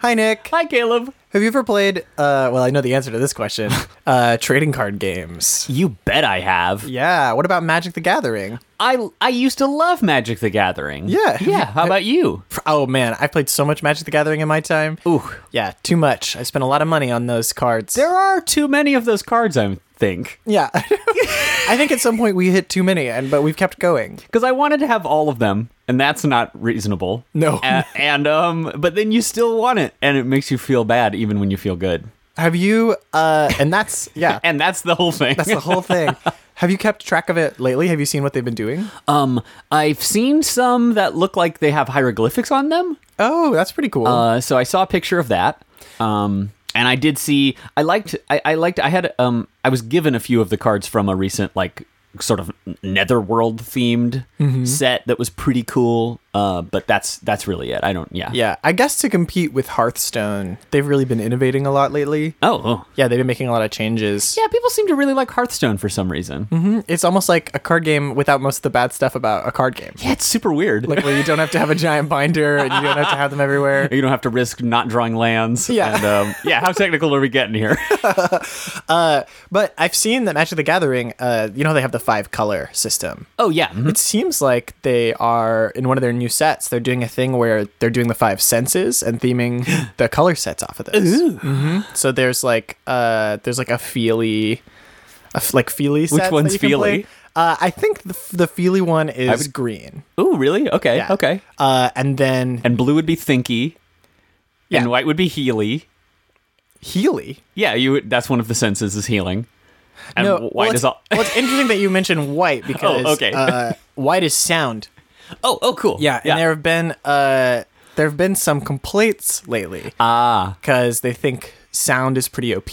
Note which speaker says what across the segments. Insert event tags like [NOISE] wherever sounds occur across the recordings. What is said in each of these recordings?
Speaker 1: Hi, Nick.
Speaker 2: Hi, Caleb.
Speaker 1: Have you ever played? Uh, well, I know the answer to this [LAUGHS] question. Uh, trading card games.
Speaker 2: You bet I have.
Speaker 1: Yeah. What about Magic: The Gathering?
Speaker 2: I I used to love Magic the Gathering.
Speaker 1: Yeah.
Speaker 2: Yeah. How about you?
Speaker 1: Oh man, I played so much Magic: The Gathering in my time.
Speaker 2: Ooh.
Speaker 1: Yeah, too much. I spent a lot of money on those cards.
Speaker 2: There are too many of those cards, I think.
Speaker 1: yeah. [LAUGHS] I think at some point we hit too many, and but we've kept going.
Speaker 2: Because I wanted to have all of them, and that's not reasonable.
Speaker 1: No.
Speaker 2: A- and um but then you still want it, and it makes you feel bad even when you feel good.
Speaker 1: Have you? Uh, and that's [LAUGHS] yeah.
Speaker 2: And that's the whole thing.
Speaker 1: That's the whole thing. Have you kept track of it lately? Have you seen what they've been doing?
Speaker 2: [LAUGHS] um I've seen some that look like they have hieroglyphics on them.
Speaker 1: Oh, that's pretty cool.
Speaker 2: Uh, so I saw a picture of that. Um, and I did see. I liked. I, I liked. I had. Um, I was given a few of the cards from a recent like sort of netherworld themed
Speaker 1: Mm-hmm.
Speaker 2: set that was pretty cool. Uh, but that's that's really it. I don't. Yeah.
Speaker 1: yeah, I guess to compete with Hearthstone, they've really been innovating a lot lately.
Speaker 2: Oh, oh.
Speaker 1: Yeah, they've been making a lot of changes. Mm,
Speaker 2: Yeah. People seem to really like Hearthstone for some reason.
Speaker 1: It's almost like a card game without most of the bad stuff about a card game.
Speaker 2: Yeah, it's super weird.
Speaker 1: Like where you don't have to have a giant binder and you don't have to have them
Speaker 2: [LAUGHS]
Speaker 1: everywhere.
Speaker 2: you don't have to risk not drawing lands.
Speaker 1: Yeah. [LAUGHS]
Speaker 2: And, um, yeah. How technical are we getting here?
Speaker 1: Uh, But I've seen that Magic the Gathering, uh, you know, they have the five color system.
Speaker 2: oh yeah. mhm.
Speaker 1: It seems like they are, in one of their new sets, they're doing a thing where they're doing the five senses and theming
Speaker 2: [GASPS]
Speaker 1: the color sets off of this. hmm So there's like, uh, there's like a feely, a f- like feely set. that
Speaker 2: one's
Speaker 1: you can
Speaker 2: feely?
Speaker 1: play. Uh, I think the, f- the feely one is
Speaker 2: would-
Speaker 1: green.
Speaker 2: Ooh, really? Okay.
Speaker 1: Yeah.
Speaker 2: Okay.
Speaker 1: Uh, and then
Speaker 2: And blue would be Thinky.
Speaker 1: Yeah.
Speaker 2: And white would be Healy.
Speaker 1: Healy.
Speaker 2: Yeah, you. That's one of the senses is healing. And
Speaker 1: no,
Speaker 2: wh-
Speaker 1: well,
Speaker 2: white
Speaker 1: it's-
Speaker 2: is all. [LAUGHS] Oh,
Speaker 1: well, it's interesting that you mentioned white because
Speaker 2: okay.
Speaker 1: uh, white is sound.
Speaker 2: Oh, oh, cool.
Speaker 1: Yeah, and there have been uh, there have been some complaints lately
Speaker 2: Ah,
Speaker 1: because they think sound is pretty OP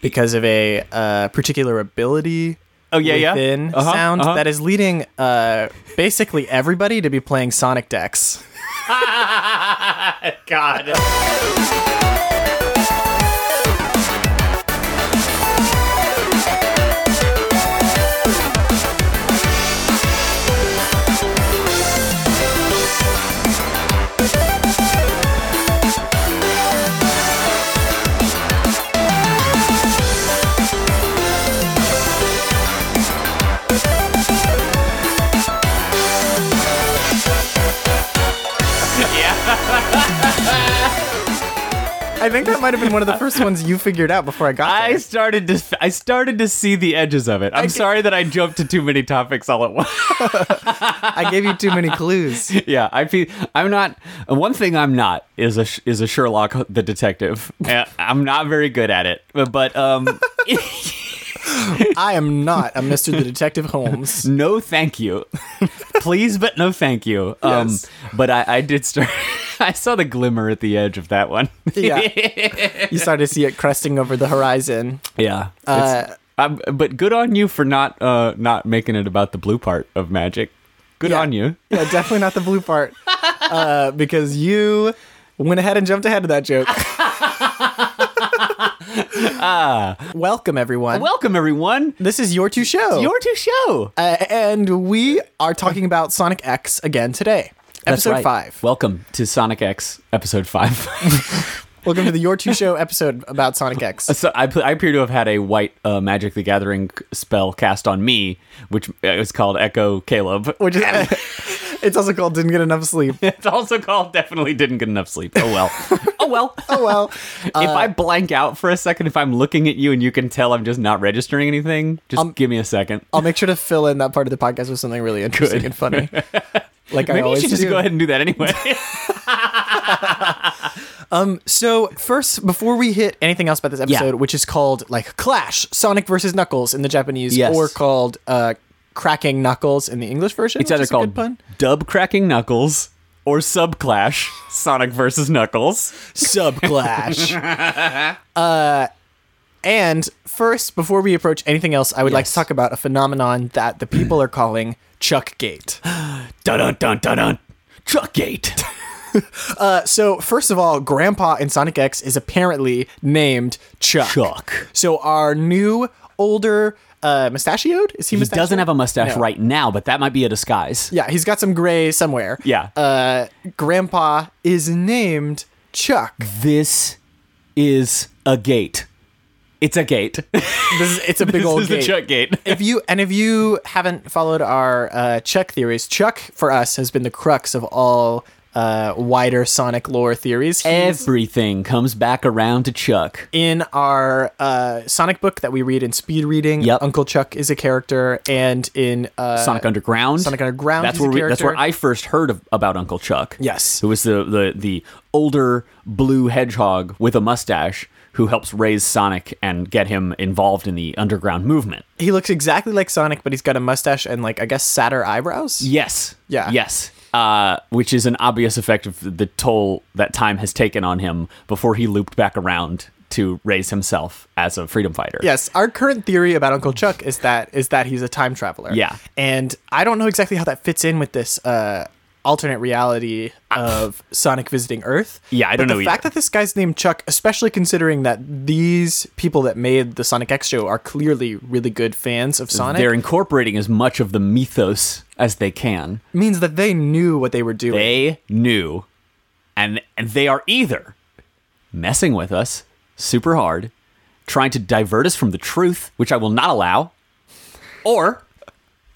Speaker 1: because of a uh, particular ability.
Speaker 2: Oh, yeah, yeah.
Speaker 1: within
Speaker 2: Uh-huh,
Speaker 1: sound
Speaker 2: uh-huh.
Speaker 1: that is leading uh, basically everybody to be playing Sonic [LAUGHS]
Speaker 2: [LAUGHS]
Speaker 1: decks.
Speaker 2: God.
Speaker 1: I think that might have been one of the first ones you figured out before I got
Speaker 2: I
Speaker 1: there.
Speaker 2: started to. I started to see the edges of it. I'm sorry that I jumped to too many topics all at once. [LAUGHS]
Speaker 1: I gave you too many clues.
Speaker 2: yeah, I feel I'm not. One thing I'm not is a is a Sherlock
Speaker 1: [LAUGHS]
Speaker 2: the detective. Uh, I'm not very good at it, but, but um,
Speaker 1: I am not a Mr. the Detective Holmes.
Speaker 2: [LAUGHS] no, thank you. Please, but no, thank you. Um,
Speaker 1: Yes.
Speaker 2: but I, I did start. [LAUGHS] I saw the glimmer at the edge of that one. [LAUGHS]
Speaker 1: Yeah. you start to see it cresting over the horizon.
Speaker 2: Yeah. it's- I'm, but good on you for not uh, not making it about the blue part of magic. Good
Speaker 1: Yeah.
Speaker 2: on you.
Speaker 1: Yeah, definitely not the blue part. Uh, because you went ahead and jumped ahead of that joke. Welcome, everyone.
Speaker 2: Welcome everyone.
Speaker 1: this is Your Two Show.
Speaker 2: Your two show.
Speaker 1: uh, and we are talking about Sonic X again today. episode 5.
Speaker 2: Welcome to Sonic X episode [LAUGHS] 5.
Speaker 1: Welcome to the Your Two Show episode about Sonic X.
Speaker 2: so I, I appear to have had a white uh, Magic the Gathering spell cast on me, which uh, is called Echo Caleb. [LAUGHS]
Speaker 1: Which is, [LAUGHS] it's also called Didn't Get Enough Sleep.
Speaker 2: It's also called Definitely Didn't Get Enough Sleep. Oh [LAUGHS] well. oh well.
Speaker 1: Oh, well.
Speaker 2: if I blank out for a second, if I'm looking at you and you can tell I'm just not registering anything, just give me a second.
Speaker 1: I'll make sure to fill in that part of the podcast with something really interesting and
Speaker 2: [LAUGHS]
Speaker 1: funny. Like I
Speaker 2: Maybe you
Speaker 1: always
Speaker 2: should just
Speaker 1: do.
Speaker 2: go ahead and do that [LAUGHS] anyway.
Speaker 1: So first, before we hit anything else about this episode,
Speaker 2: Yeah.
Speaker 1: which is called like Clash, Sonic versus Knuckles in the Japanese,
Speaker 2: Yes.
Speaker 1: or called uh, Cracking Knuckles in the English version.
Speaker 2: It's either called Dub Cracking Knuckles or Sub Clash Sonic versus Knuckles.
Speaker 1: Sub [LAUGHS]
Speaker 2: [LAUGHS]
Speaker 1: Clash. uh, and first, before we approach anything else, I would like to
Speaker 2: Yes.
Speaker 1: talk about a phenomenon that the people are calling Chuck Gate.
Speaker 2: Dun dun dun dun dun. Truckgate.
Speaker 1: Uh, so first of all, Grandpa in Sonic X is apparently named Chuck.
Speaker 2: [LAUGHS] Chuck.
Speaker 1: So our new older uh, mustachioed is he?
Speaker 2: He doesn't have a mustache
Speaker 1: No.
Speaker 2: right now, but that might be a disguise. Uh,
Speaker 1: Yeah, he's got some gray somewhere.
Speaker 2: Yeah.
Speaker 1: Uh, Grandpa is Uh, named Chuck.
Speaker 2: This is a gate. It's a [LAUGHS] gate.
Speaker 1: This is, it's a big old
Speaker 2: [LAUGHS] this is the
Speaker 1: gate.
Speaker 2: Chuck gate.
Speaker 1: if you and if you haven't followed our uh, Chuck theories, Chuck for us has been the crux of all uh, wider Sonic lore theories. He's
Speaker 2: Everything comes back around to Chuck.
Speaker 1: in our uh, Sonic book that we read in speed reading,
Speaker 2: Yep.
Speaker 1: Uncle Chuck is a character, and in uh,
Speaker 2: Sonic Underground.
Speaker 1: Sonic Underground,
Speaker 2: That's
Speaker 1: he's
Speaker 2: where
Speaker 1: a
Speaker 2: we, that's where
Speaker 1: character.
Speaker 2: I first heard of, about Uncle Chuck.
Speaker 1: Yes.
Speaker 2: who was the, the the older blue hedgehog with a mustache who helps raise Sonic and get him involved in the underground movement.
Speaker 1: he looks exactly like Sonic, but he's got a mustache and like I guess sadder eyebrows.
Speaker 2: Yes.
Speaker 1: Yeah.
Speaker 2: Yes. Uh, which is an obvious effect of the toll that time has taken on him before he looped back around to raise himself as a freedom fighter.
Speaker 1: Yes, our current theory about Uncle Chuck is that is that he's a time traveler.
Speaker 2: Yeah.
Speaker 1: and I don't know exactly how that fits in with this uh, alternate reality of Sonic visiting Earth.
Speaker 2: Ah. Yeah, I
Speaker 1: But
Speaker 2: don't know
Speaker 1: The
Speaker 2: either.
Speaker 1: fact that this guy's named Chuck, especially considering that these people that made the Sonic X show are clearly really good fans of Sonic,
Speaker 2: They're incorporating as much of the mythos as they can.
Speaker 1: means that they knew what they were doing.
Speaker 2: They knew, and and they are either messing with us super hard, trying to divert us from the truth, which I will not allow, or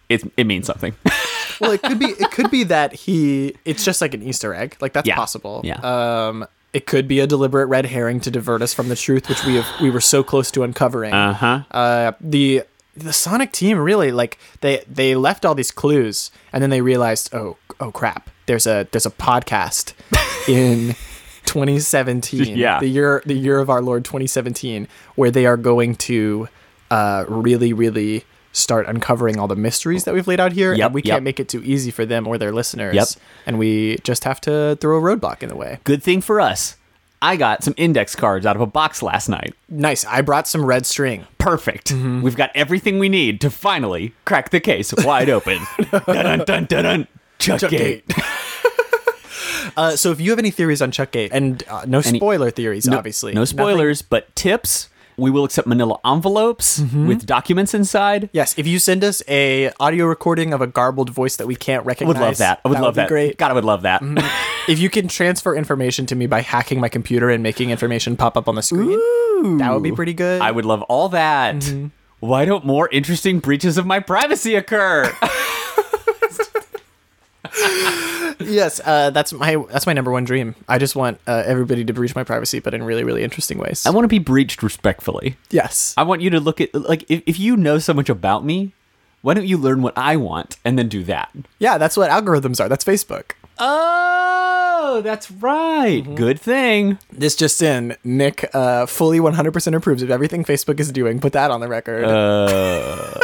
Speaker 2: it it means something. [LAUGHS]
Speaker 1: well, it could be it could be that he it's just like an Easter egg. Like that's
Speaker 2: Yeah.
Speaker 1: possible.
Speaker 2: Yeah.
Speaker 1: Um it could be a deliberate red herring to divert us from the truth, which we have we were so close to uncovering.
Speaker 2: Uh-huh.
Speaker 1: Uh the the Sonic team really like they they left all these clues and then they realized, oh oh crap, there's a there's a
Speaker 2: [LAUGHS]
Speaker 1: podcast in 2017.
Speaker 2: Yeah.
Speaker 1: The year the year of our Lord 2017, where they are going to uh really, really start uncovering all the mysteries that we've laid out here.
Speaker 2: Yep,
Speaker 1: and we
Speaker 2: yep.
Speaker 1: can't make it too easy for them or their listeners.
Speaker 2: Yep.
Speaker 1: And we just have to throw a roadblock in the way.
Speaker 2: Good thing for us. I got some index cards out of a box last night.
Speaker 1: Nice. I brought some red string.
Speaker 2: Perfect. We've got everything we need to finally crack the case wide open. dun dun dun dun dun. Chuck, Gate.
Speaker 1: [LAUGHS] uh, so if you have any theories on Chuck Gate, and uh, no spoiler theories,
Speaker 2: No-
Speaker 1: obviously.
Speaker 2: No
Speaker 1: Nothing-
Speaker 2: spoilers, but tips. We will accept manila envelopes with documents inside.
Speaker 1: Yes, if you send us a audio recording of a garbled voice that we can't
Speaker 2: I
Speaker 1: recognize,
Speaker 2: would love that. I would Mm-hmm. love
Speaker 1: be
Speaker 2: that.
Speaker 1: Great.
Speaker 2: God, I would love that.
Speaker 1: If you can transfer information to me by hacking my computer and making information pop up on the screen, that would be pretty good.
Speaker 2: I would love all that. Why don't more interesting breaches of my privacy occur?
Speaker 1: Yes, uh, that's my that's my number one dream. I just want uh, everybody to breach my privacy, but in really really interesting ways.
Speaker 2: [LAUGHS] I want to be breached respectfully.
Speaker 1: yes,
Speaker 2: I want you to look at like if, if you know so much about me, why don't you learn what I want and then do that?
Speaker 1: yeah, that's what algorithms are. That's Facebook.
Speaker 2: Oh, that's right. Good thing.
Speaker 1: This just in, Nick uh, fully 100% approves of everything Facebook is doing. Put that on the record. Uh...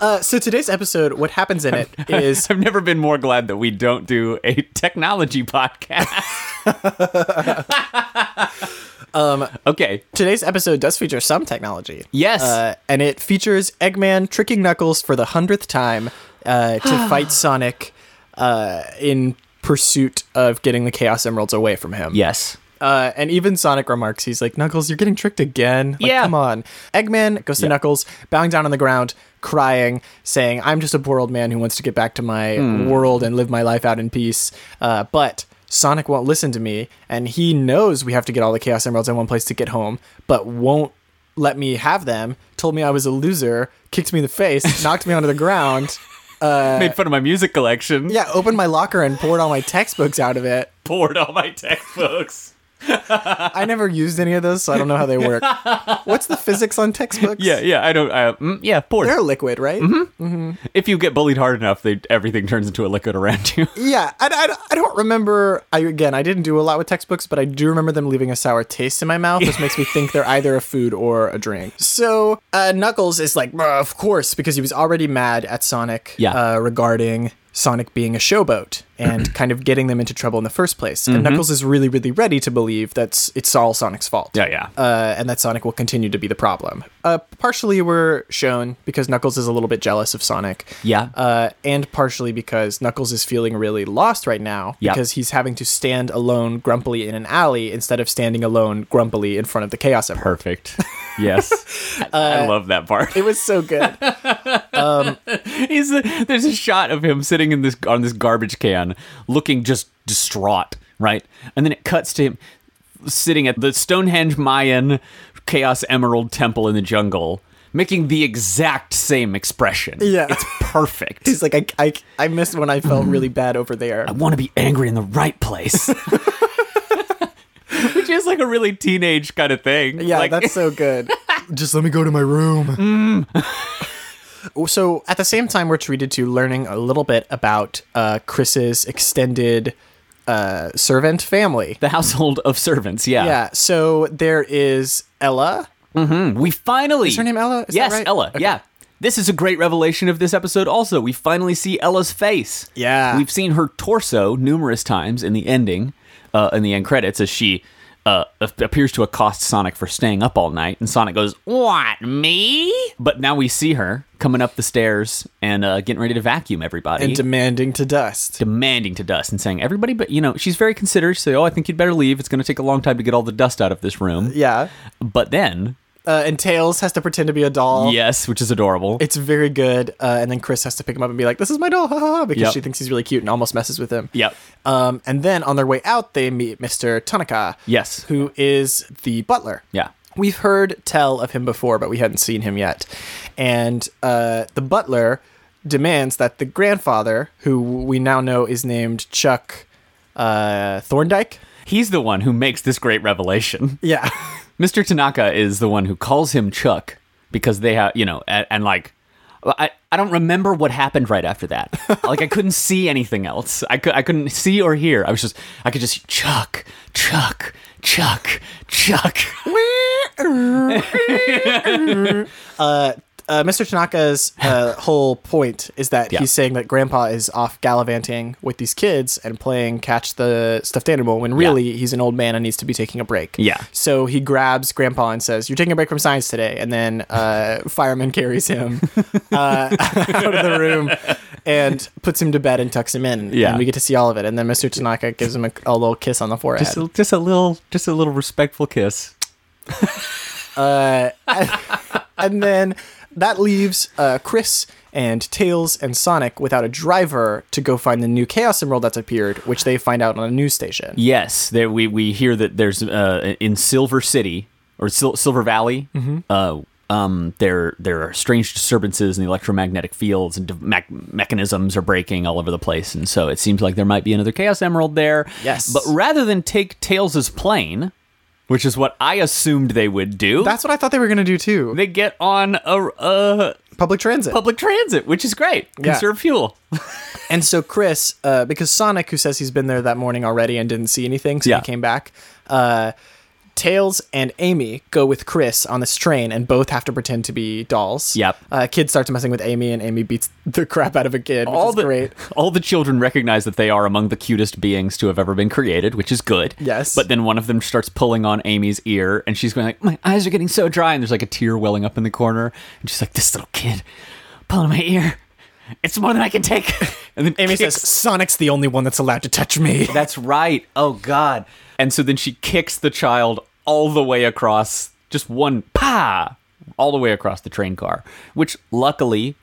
Speaker 2: Uh.
Speaker 1: [LAUGHS] so today's episode, what happens in it
Speaker 2: [LAUGHS]
Speaker 1: is
Speaker 2: I've never been more glad that we don't do a technology podcast. [LAUGHS] um, [LAUGHS] okay.
Speaker 1: today's episode does feature some technology.
Speaker 2: Yes.
Speaker 1: Uh, and it features Eggman tricking Knuckles for the hundredth time uh, to fight Sonic uh, in pursuit of getting the Chaos Emeralds away from him.
Speaker 2: Yes.
Speaker 1: Uh, and even Sonic remarks, he's like, Knuckles, you're getting tricked again. Like,
Speaker 2: Yeah.
Speaker 1: Come on. Eggman goes to
Speaker 2: Yeah.
Speaker 1: Knuckles, bowing down on the ground, crying, saying, I'm just a poor old man who wants to get back to my world and live my life out in peace. Uh, but Sonic won't listen to me, and he knows we have to get all the Chaos Emeralds in one place to get home, but won't let me have them. Told me I was a loser, kicked me in the face, [LAUGHS] knocked me onto the ground.
Speaker 2: Made fun of my music collection.
Speaker 1: Yeah, opened my locker and poured all my textbooks out of it.
Speaker 2: Poured all my textbooks.
Speaker 1: I never used any of those, so I don't know how they work. What's the physics on textbooks?
Speaker 2: Yeah, yeah. I don't. I, mm, yeah, poured.
Speaker 1: They're liquid, right?
Speaker 2: If you get bullied hard enough, they, everything turns into a liquid
Speaker 1: [LAUGHS]
Speaker 2: around you.
Speaker 1: Yeah, I, I, I don't remember. I again, I didn't do a lot with textbooks, but I do remember them leaving a sour taste in my mouth, which makes me think
Speaker 2: [LAUGHS]
Speaker 1: they're either a food or a drink. So uh, Knuckles is like, "Bruh, of course, because he was already mad at Sonic
Speaker 2: Yeah.
Speaker 1: uh, regarding Sonic being a showboat
Speaker 2: [CLEARS THROAT]
Speaker 1: and kind of getting them into trouble in the first place.
Speaker 2: Mm-hmm.
Speaker 1: And Knuckles is really, really ready to believe that's it's all Sonic's fault.
Speaker 2: Yeah, yeah.
Speaker 1: uh, and that Sonic will continue to be the problem. Uh, partially, we're shown because Knuckles is a little bit jealous of Sonic.
Speaker 2: Yeah.
Speaker 1: Uh, and partially because Knuckles is feeling really lost right now
Speaker 2: Yeah.
Speaker 1: because he's having to stand alone grumpily in an alley instead of standing alone grumpily in front of the Chaos Emerald.
Speaker 2: Perfect. Yes.
Speaker 1: [LAUGHS] Uh,
Speaker 2: I, I love that part. [LAUGHS]
Speaker 1: It was so [LAUGHS] good.
Speaker 2: He's there's a shot of him sitting in this on this garbage can, looking just distraught, right? And then it cuts to him sitting at the Stonehenge Mayan Chaos Emerald Temple in the jungle, making the exact same expression.
Speaker 1: Yeah.
Speaker 2: It's
Speaker 1: [LAUGHS]
Speaker 2: perfect.
Speaker 1: He's like, I, I, I miss when I felt really bad over there.
Speaker 2: I want to be angry in the right
Speaker 1: [LAUGHS]
Speaker 2: place. [LAUGHS] Which is like a really teenage kind of thing.
Speaker 1: Yeah,
Speaker 2: like,
Speaker 1: that's so good. [LAUGHS] Just let me go to my room. [LAUGHS] so at the same time, we're treated to learning a little bit about uh, Chris's extended uh, servant family.
Speaker 2: [LAUGHS] the household of servants. Yeah.
Speaker 1: Yeah. So there is Ella.
Speaker 2: Mm, We finally. Is
Speaker 1: her name Ella? Is that
Speaker 2: yes,
Speaker 1: right?
Speaker 2: Ella.
Speaker 1: Okay.
Speaker 2: Yeah. This is a great revelation of this episode. Also, we finally see Ella's face.
Speaker 1: Yeah.
Speaker 2: We've seen her torso numerous times in the ending, uh, in the end credits, as she uh, ap- appears to accost Sonic for staying up all night, and Sonic goes, "What me?" But now we see her coming up the stairs and uh, getting ready to vacuum everybody.
Speaker 1: And demanding to dust.
Speaker 2: demanding to dust and saying everybody but you know she's very considerate she said oh i think you'd better leave it's going to take a long time to get all the dust out of this room
Speaker 1: Yeah.
Speaker 2: but then
Speaker 1: Uh, and Tails has to pretend to be a doll.
Speaker 2: yes which is adorable
Speaker 1: Oh. It's very good. Uh, and then Chris has to pick him up and be like, this is my doll, ha, ha, ha, because
Speaker 2: Yep.
Speaker 1: she thinks he's really cute and almost messes with him.
Speaker 2: Yep.
Speaker 1: Um, and then on their way out, they meet Mr. Tanaka.
Speaker 2: Yes.
Speaker 1: Who is the butler.
Speaker 2: yeah
Speaker 1: We've heard tell of him before, but we hadn't seen him yet. And uh, the butler demands that the grandfather, who we now know is named Chuck uh, Thorndike.
Speaker 2: he's the one who makes this great revelation [LAUGHS]
Speaker 1: Yeah. [LAUGHS]
Speaker 2: Mr. Tanaka is the one who calls him Chuck because they have, you know, and, and like, I, I don't remember what happened right after
Speaker 1: [LAUGHS]
Speaker 2: that. like, I couldn't see anything else. I, could, I couldn't see or hear. I was just, I could just, Chuck, Chuck, Chuck, Chuck.
Speaker 1: uh, Mr. Tanaka's
Speaker 2: [LAUGHS]
Speaker 1: uh, whole point is that
Speaker 2: Yeah.
Speaker 1: he's saying that Grandpa is off gallivanting with these kids and playing catch the stuffed animal when really he's an old man and needs to be taking a break.
Speaker 2: Yeah.
Speaker 1: So he grabs Grandpa and says, "You're taking a break from science today," and then uh, [LAUGHS] fireman carries him uh, [LAUGHS] out of the room and puts him to bed and tucks him in.
Speaker 2: Yeah.
Speaker 1: And we get to see all of it, and then Mr. Tanaka gives him a, a little kiss on the forehead.
Speaker 2: Just a, just a little, just a little respectful kiss.
Speaker 1: Uh, and then that leaves uh, Chris and Tails and Sonic without a driver to go find the new Chaos Emerald that's appeared, which they find out on a news station.
Speaker 2: Yes, there we we hear that there's uh, in Silver City or Sil- Silver Valley.
Speaker 1: Mm-hmm.
Speaker 2: Uh, um, there there are strange disturbances in the electromagnetic fields and de- mech- mechanisms are breaking all over the place, and so it seems like there might be another Chaos Emerald there.
Speaker 1: Yes.
Speaker 2: but rather than take Tails's plane, which is what I assumed they would do,
Speaker 1: That's what I thought they were gonna do too.
Speaker 2: they get on a, a
Speaker 1: Public transit.
Speaker 2: public transit, which is great. Conserve fuel.
Speaker 1: and so Chris, uh, because Sonic, who says he's been there that morning already and didn't see anything, so
Speaker 2: Yeah.
Speaker 1: he came back. Uh, Tails and Amy go with Chris on this train, and both have to pretend to be dolls.
Speaker 2: Yep.
Speaker 1: Uh, kid starts messing with Amy, and Amy beats the [LAUGHS] crap out of a kid. Which
Speaker 2: all
Speaker 1: is
Speaker 2: the
Speaker 1: great.
Speaker 2: [LAUGHS] all the children recognize that they are among the cutest beings to have ever been created, which is good.
Speaker 1: Yes.
Speaker 2: But then one of them starts pulling on Amy's ear, and she's going like, "My eyes are getting so dry," and there's like a tear welling up in the corner, and she's like, "This little kid pulling my ear, it's more than I can take." [LAUGHS] And then
Speaker 1: Amy
Speaker 2: kicks-
Speaker 1: says, Sonic's the only one that's allowed to touch
Speaker 2: [LAUGHS]
Speaker 1: me.
Speaker 2: "That's right. Oh God." And so then she kicks the child all the way across, just one pa, all the way across the train car, which luckily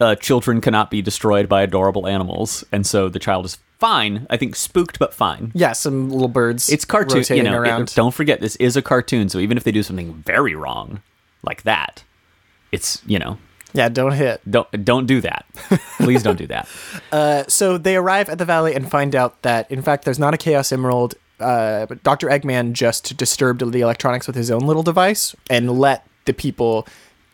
Speaker 2: uh, children cannot be destroyed by adorable animals, and so the child is fine. I think spooked, but fine.
Speaker 1: Yeah, some little birds.
Speaker 2: It's cartoon,
Speaker 1: rotating
Speaker 2: you know. it-
Speaker 1: around.
Speaker 2: don't forget, this is a cartoon, so even if they do something very wrong, like that, it's you know,
Speaker 1: yeah, don't hit.
Speaker 2: don't don't do that. Please don't do that.
Speaker 1: Uh, so they arrive at the valley and find out that in fact there's not a Chaos Emerald. Uh, but Dr. Eggman just disturbed the electronics with his own little device and let the people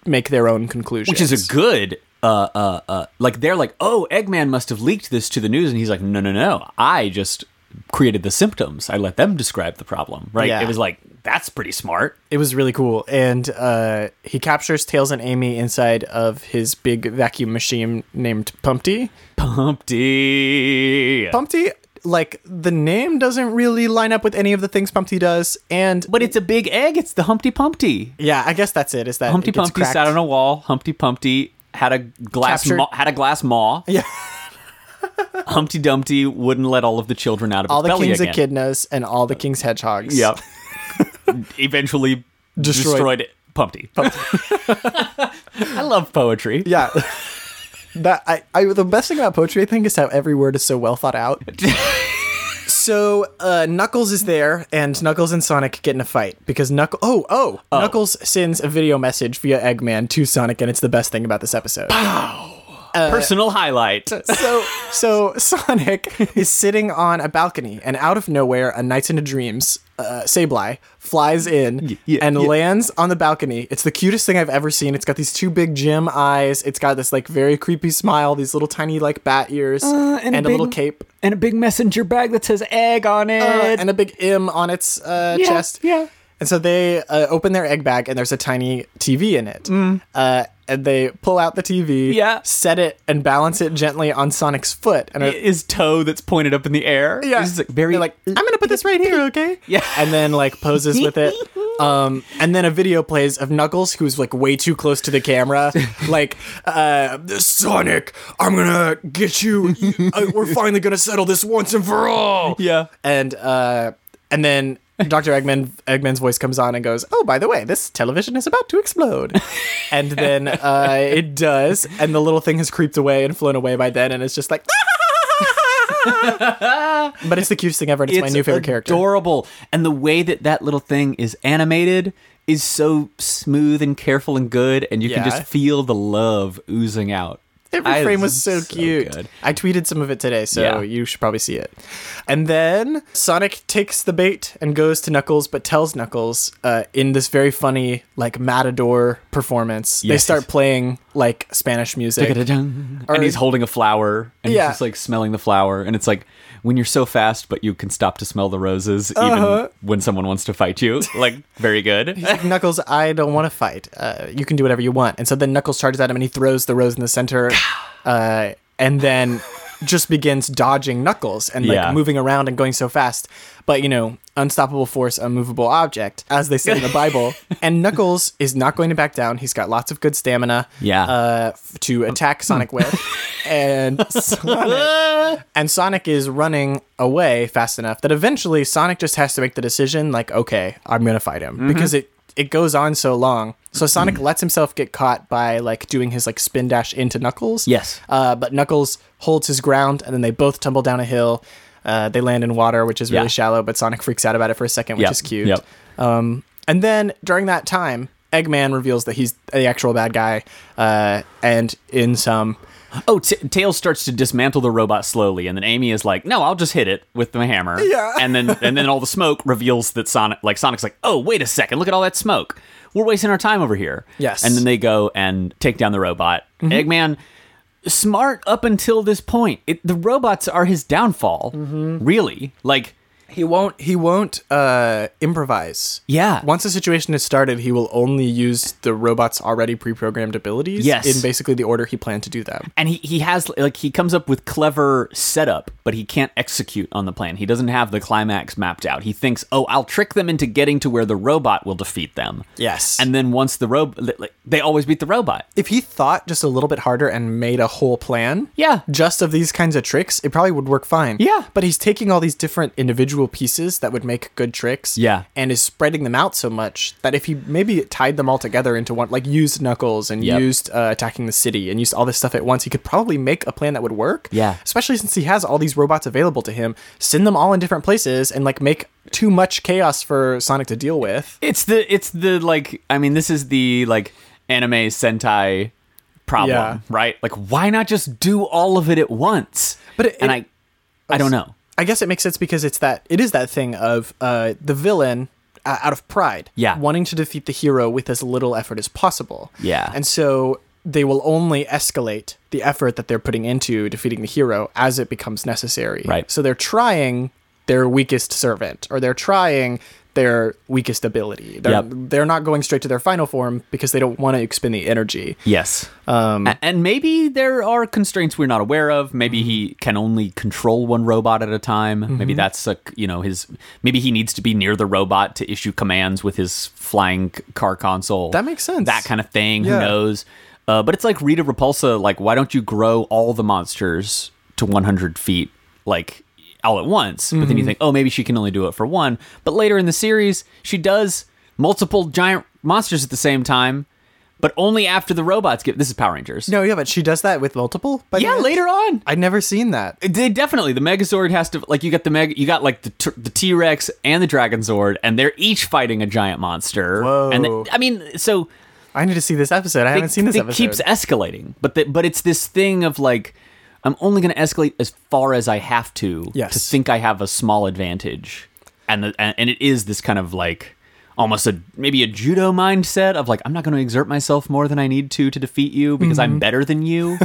Speaker 1: make their own conclusions.
Speaker 2: Which is a good. Uh, uh, uh, like they're like, oh, Eggman must have leaked this to the news, and he's like, no, no, no, I just created the symptoms. I let them describe the problem, right?
Speaker 1: Yeah.
Speaker 2: It was like that's pretty smart.
Speaker 1: It was really cool. And uh, he captures Tails and Amy inside of his big vacuum machine named Pumpty.
Speaker 2: Pumpty.
Speaker 1: Pumpty, like, the name doesn't really line up with any of the things Pumpty does. And
Speaker 2: But it's a big egg. It's the Humpty Pumpty.
Speaker 1: Yeah, I guess that's it. Is that
Speaker 2: Humpty
Speaker 1: it gets
Speaker 2: Pumpty
Speaker 1: cracked.
Speaker 2: sat on a wall. Humpty Pumpty had a glass
Speaker 1: Captured-
Speaker 2: maw, had a glass maw.
Speaker 1: [LAUGHS] Yeah.
Speaker 2: Humpty Dumpty wouldn't let all of the children out of
Speaker 1: all
Speaker 2: its
Speaker 1: the
Speaker 2: belly
Speaker 1: kings
Speaker 2: again.
Speaker 1: echidnas and all the king's hedgehogs.
Speaker 2: Yep. [LAUGHS] Eventually
Speaker 1: Destroyed-
Speaker 2: destroyed, Pumpty. [LAUGHS] I love poetry.
Speaker 1: [LAUGHS] Yeah.
Speaker 2: [LAUGHS]
Speaker 1: that I, I the best thing about poetry I think is how every word is so well thought out. So uh, Knuckles is there, and Knuckles and Sonic get in a fight because Knuckles. Oh, oh, Knuckles sends a video message via Eggman to Sonic, and it's the best thing about this episode.
Speaker 2: Personal highlight. [LAUGHS]
Speaker 1: so, so Sonic is sitting on a balcony, and out of nowhere, a Nights into Dreams uh, Sableye flies in
Speaker 2: yeah,
Speaker 1: and
Speaker 2: yeah.
Speaker 1: lands on the balcony. It's the cutest thing I've ever seen. It's got these two big gem eyes. It's got this like very creepy smile, these little tiny like bat ears, and, a little cape.
Speaker 2: and a Uh, big messenger bag that says egg on it.
Speaker 1: Uh, and a big M on its uh,
Speaker 2: Yeah,
Speaker 1: chest.
Speaker 2: yeah.
Speaker 1: And so they uh, open their egg bag, and there's a tiny TV in it. Uh, and they pull out the TV,
Speaker 2: Mm. Yeah.
Speaker 1: set it, and balance it gently on Sonic's foot. And are-
Speaker 2: his toe that's pointed up in the air.
Speaker 1: yeah,
Speaker 2: It's like very
Speaker 1: They're like I'm gonna put this right here, okay?
Speaker 2: [LAUGHS] Yeah.
Speaker 1: And then like poses with
Speaker 2: [LAUGHS]
Speaker 1: it. Um, and then a video plays of Knuckles, who's like way too close to the
Speaker 2: [LAUGHS]
Speaker 1: camera, like, uh, Sonic, I'm gonna get you. Uh, we're finally gonna settle this once and for all.
Speaker 2: Yeah.
Speaker 1: And uh, and then Dr. Eggman Eggman's voice comes on and goes, "Oh, by the way, this television is about to explode."
Speaker 2: [LAUGHS]
Speaker 1: and then uh, it does, and the little thing has creeped away and flown away by then, and it's just like. [LAUGHS] but it's the cutest thing ever, and it's, my new favorite character.
Speaker 2: Adorable, and the way that that little thing is animated is so smooth and careful and good, and you can
Speaker 1: Yeah.
Speaker 2: just feel the love oozing out.
Speaker 1: Every
Speaker 2: I-
Speaker 1: frame was so,
Speaker 2: so
Speaker 1: cute.
Speaker 2: good.
Speaker 1: I tweeted some of it today, so
Speaker 2: Yeah.
Speaker 1: you should probably see it. And then Sonic takes the bait and goes to Knuckles, but tells Knuckles uh, in this very funny, like, matador performance. They
Speaker 2: Yes.
Speaker 1: start playing, like, Spanish music. [LAUGHS]
Speaker 2: And
Speaker 1: Or-
Speaker 2: he's holding a flower, and
Speaker 1: Yeah.
Speaker 2: he's just like smelling the flower, and it's like when you're so fast, but you can stop to smell the roses,
Speaker 1: Uh-huh.
Speaker 2: even when someone wants to fight you. Like very
Speaker 1: [LAUGHS]
Speaker 2: good.
Speaker 1: He's like, Knuckles, I don't want to fight. Uh, you can do whatever you want. And so then Knuckles charges at him and he throws the rose in the center uh, and then just begins dodging Knuckles and like
Speaker 2: Yeah.
Speaker 1: moving around and going so fast. But you know, unstoppable force, unmovable object, as they
Speaker 2: [LAUGHS]
Speaker 1: say in the Bible. and Knuckles is not going to back down. He's got lots of good stamina
Speaker 2: Yeah.
Speaker 1: uh, f- to attack Sonic
Speaker 2: [LAUGHS]
Speaker 1: with. and Sonic and Sonic is running away fast enough that eventually Sonic just has to make the decision like okay I'm going to fight
Speaker 2: Mm-hmm.
Speaker 1: him because it it goes on so long so Sonic lets himself get caught by like doing his like spin dash into Knuckles
Speaker 2: Yes.
Speaker 1: uh, but Knuckles holds his ground and then they both tumble down a hill uh, they land in water which is really
Speaker 2: Yeah.
Speaker 1: shallow but Sonic freaks out about it for a second which
Speaker 2: Yep,
Speaker 1: is cute
Speaker 2: yep.
Speaker 1: um, and then during that time Eggman reveals that he's the actual bad guy uh, and in some
Speaker 2: [LAUGHS] Oh, t- Tails starts to dismantle the robot slowly, and then Amy is like, "No, I'll just hit it with my hammer."
Speaker 1: Yeah.
Speaker 2: and then and then all the smoke reveals that Sonic, like Sonic's, like, "Oh, wait a second! Look at all that smoke. We're wasting our time over here."
Speaker 1: Yes. Mm-hmm.
Speaker 2: and then they go and take down the robot. Eggman, smart up until this point. It, the robots are his downfall,
Speaker 1: Mm-hmm.
Speaker 2: really. Like,
Speaker 1: He won't. He won't uh, improvise.
Speaker 2: Yeah.
Speaker 1: Once the situation is started, he will only use the robot's already pre-programmed abilities.
Speaker 2: Yes.
Speaker 1: In basically the order he planned to do them.
Speaker 2: and he he has like he comes up with clever setup, but he can't execute on the plan. He doesn't have the climax mapped out. He thinks, "Oh, I'll trick them into getting to where the robot will defeat them."
Speaker 1: Yes.
Speaker 2: And then once the robot, like, they always beat the robot.
Speaker 1: if he thought just a little bit harder and made a whole plan,
Speaker 2: Yeah.
Speaker 1: just of these kinds of tricks, it probably would work fine.
Speaker 2: Yeah.
Speaker 1: But he's taking all these different individual pieces that would make good tricks.
Speaker 2: Yeah.
Speaker 1: And is spreading them out so much that if he maybe tied them all together into one, like used Knuckles and
Speaker 2: Yep.
Speaker 1: used uh, attacking the city and used all this stuff at once, he could probably make a plan that would work.
Speaker 2: Yeah.
Speaker 1: Especially since he has all these robots available to him, send them all in different places and like make too much chaos for Sonic to deal with.
Speaker 2: It's the it's the like I mean this is the like anime sentai problem,
Speaker 1: Yeah.
Speaker 2: right? Like why not just do all of it at once?
Speaker 1: But it-
Speaker 2: and
Speaker 1: it-
Speaker 2: I I don't know.
Speaker 1: I guess it makes sense because it's that it is that thing of uh, the villain uh, out of pride,
Speaker 2: Yeah.
Speaker 1: wanting to defeat the hero with as little effort as possible,
Speaker 2: Yeah.
Speaker 1: and so they will only escalate the effort that they're putting into defeating the hero as it becomes necessary.
Speaker 2: Right.
Speaker 1: So they're trying their weakest servant, or they're trying their weakest ability. They're,
Speaker 2: Yep.
Speaker 1: they're not going straight to their final form because they don't want to expend the energy.
Speaker 2: Yes. Um and maybe there are constraints we're not aware of. Maybe he can only control one robot at a time.
Speaker 1: Mm-hmm.
Speaker 2: Maybe that's a, you know his maybe he needs to be near the robot to issue commands with his flying c- car console.
Speaker 1: That makes sense.
Speaker 2: That kind of thing.
Speaker 1: Yeah.
Speaker 2: Who knows? Uh, but it's like Rita Repulsa. Like, why don't you grow all the monsters to 100 feet, like all at once? But
Speaker 1: Mm-hmm.
Speaker 2: then you think, oh, maybe she can only do it for one. But later in the series, she does multiple giant monsters at the same time. but only after the robots get. This is Power Rangers.
Speaker 1: No, yeah, but she does that with multiple. By the
Speaker 2: yeah,
Speaker 1: way?
Speaker 2: later on.
Speaker 1: I'd never seen that.
Speaker 2: They definitely the Megazord has to like you got the Meg you got like the T- the T Rex and the Dragon Zord and they're each fighting a giant monster.
Speaker 1: Whoa.
Speaker 2: And they- I mean, so
Speaker 1: I need to see this episode. I haven't seen this
Speaker 2: it
Speaker 1: episode.
Speaker 2: keeps escalating, but the, but it's this thing of like I'm only going to escalate as far as I have to
Speaker 1: Yes.
Speaker 2: to think I have a small advantage, and the, and, and it is this kind of like almost a maybe a judo mindset of like I'm not going to exert myself more than I need to to defeat you because
Speaker 1: Mm-hmm.
Speaker 2: I'm better
Speaker 1: [LAUGHS]
Speaker 2: than you.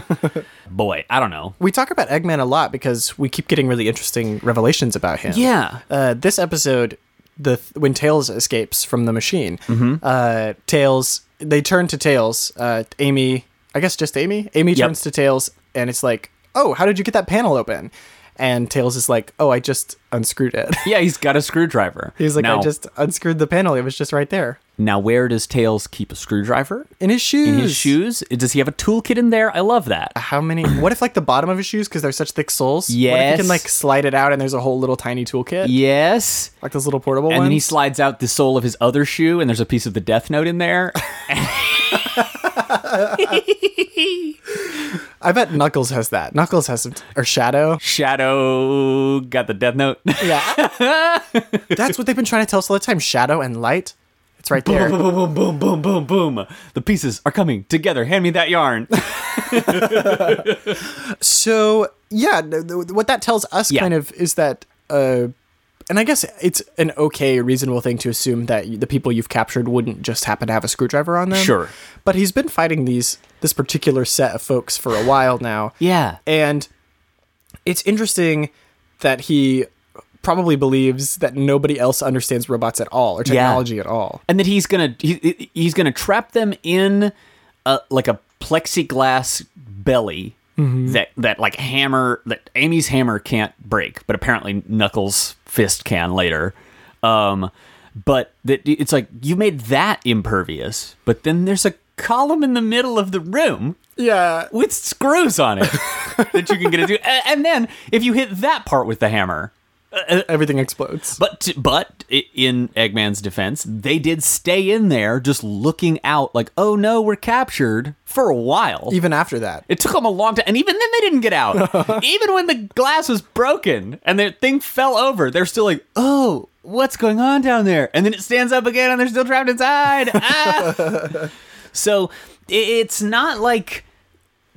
Speaker 2: Boy, I don't know.
Speaker 1: we talk about Eggman a lot because we keep getting really interesting revelations about him.
Speaker 2: Yeah.
Speaker 1: Uh, this episode, the th- when Tails escapes from the machine,
Speaker 2: Mm-hmm.
Speaker 1: uh, Tails they turn to Tails. Uh, Amy, I guess just Amy. Amy
Speaker 2: Yep.
Speaker 1: turns to Tails, and it's like, "Oh, how did you get that panel open?" And Tails is like, "Oh, I just unscrewed it." [LAUGHS]
Speaker 2: Yeah, he's got a screwdriver.
Speaker 1: He's like,
Speaker 2: now,
Speaker 1: "I just unscrewed the panel. It was just right there
Speaker 2: now where does Tails keep a screwdriver?
Speaker 1: in his shoes."
Speaker 2: In his shoes? Does he have a toolkit in there? I love that.
Speaker 1: How many? What if like the bottom of his shoes because they're such thick soles? What if he
Speaker 2: Yes.
Speaker 1: can like slide it out and there's a whole little tiny toolkit,
Speaker 2: Yes.
Speaker 1: like those little portable
Speaker 2: And
Speaker 1: ones?
Speaker 2: then he slides out the sole of his other shoe, and there's a piece of the Death Note in there. [LAUGHS]
Speaker 1: I bet Knuckles has that. Knuckles has some, or Shadow.
Speaker 2: Shadow got the Death Note. [LAUGHS]
Speaker 1: Yeah. [LAUGHS] That's what they've been trying to tell us all the time. Shadow and light. It's right
Speaker 2: boom, [LAUGHS]
Speaker 1: there.
Speaker 2: boom, boom, boom, boom, boom, boom. The pieces are coming together. Hand me
Speaker 1: [LAUGHS]
Speaker 2: that yarn.
Speaker 1: So yeah, th- th- what that tells us
Speaker 2: Yeah.
Speaker 1: kind of is that, uh, and I guess it's an okay, reasonable thing to assume that you- the people you've captured wouldn't just happen to have a screwdriver on them.
Speaker 2: Sure.
Speaker 1: But he's been fighting these this particular set of folks for a while now.
Speaker 2: Yeah.
Speaker 1: And it's interesting that he probably believes that nobody else understands robots at all or technology at all.
Speaker 2: and that he's gonna he, he's gonna trap them in a, like a plexiglass belly that that like hammer that Amy's hammer can't break, but apparently Knuckles' fist can later. Um, but that it's like you made that impervious, but then there's a column in the middle of the room
Speaker 1: Yeah.
Speaker 2: with screws on it [LAUGHS] that you can get into, A- and then if you hit that part with the hammer,
Speaker 1: Everything explodes.
Speaker 2: but t- but i- in Eggman's defense, they did stay in there, just looking out, like, oh no, we're captured for a while.
Speaker 1: Even after that.
Speaker 2: It took them a long time, and even then they didn't get out. even when the glass was broken and the thing fell over, they're still like, oh, what's going on down there? And then it stands up again, and they're still trapped inside. Ah! so i- it's not like.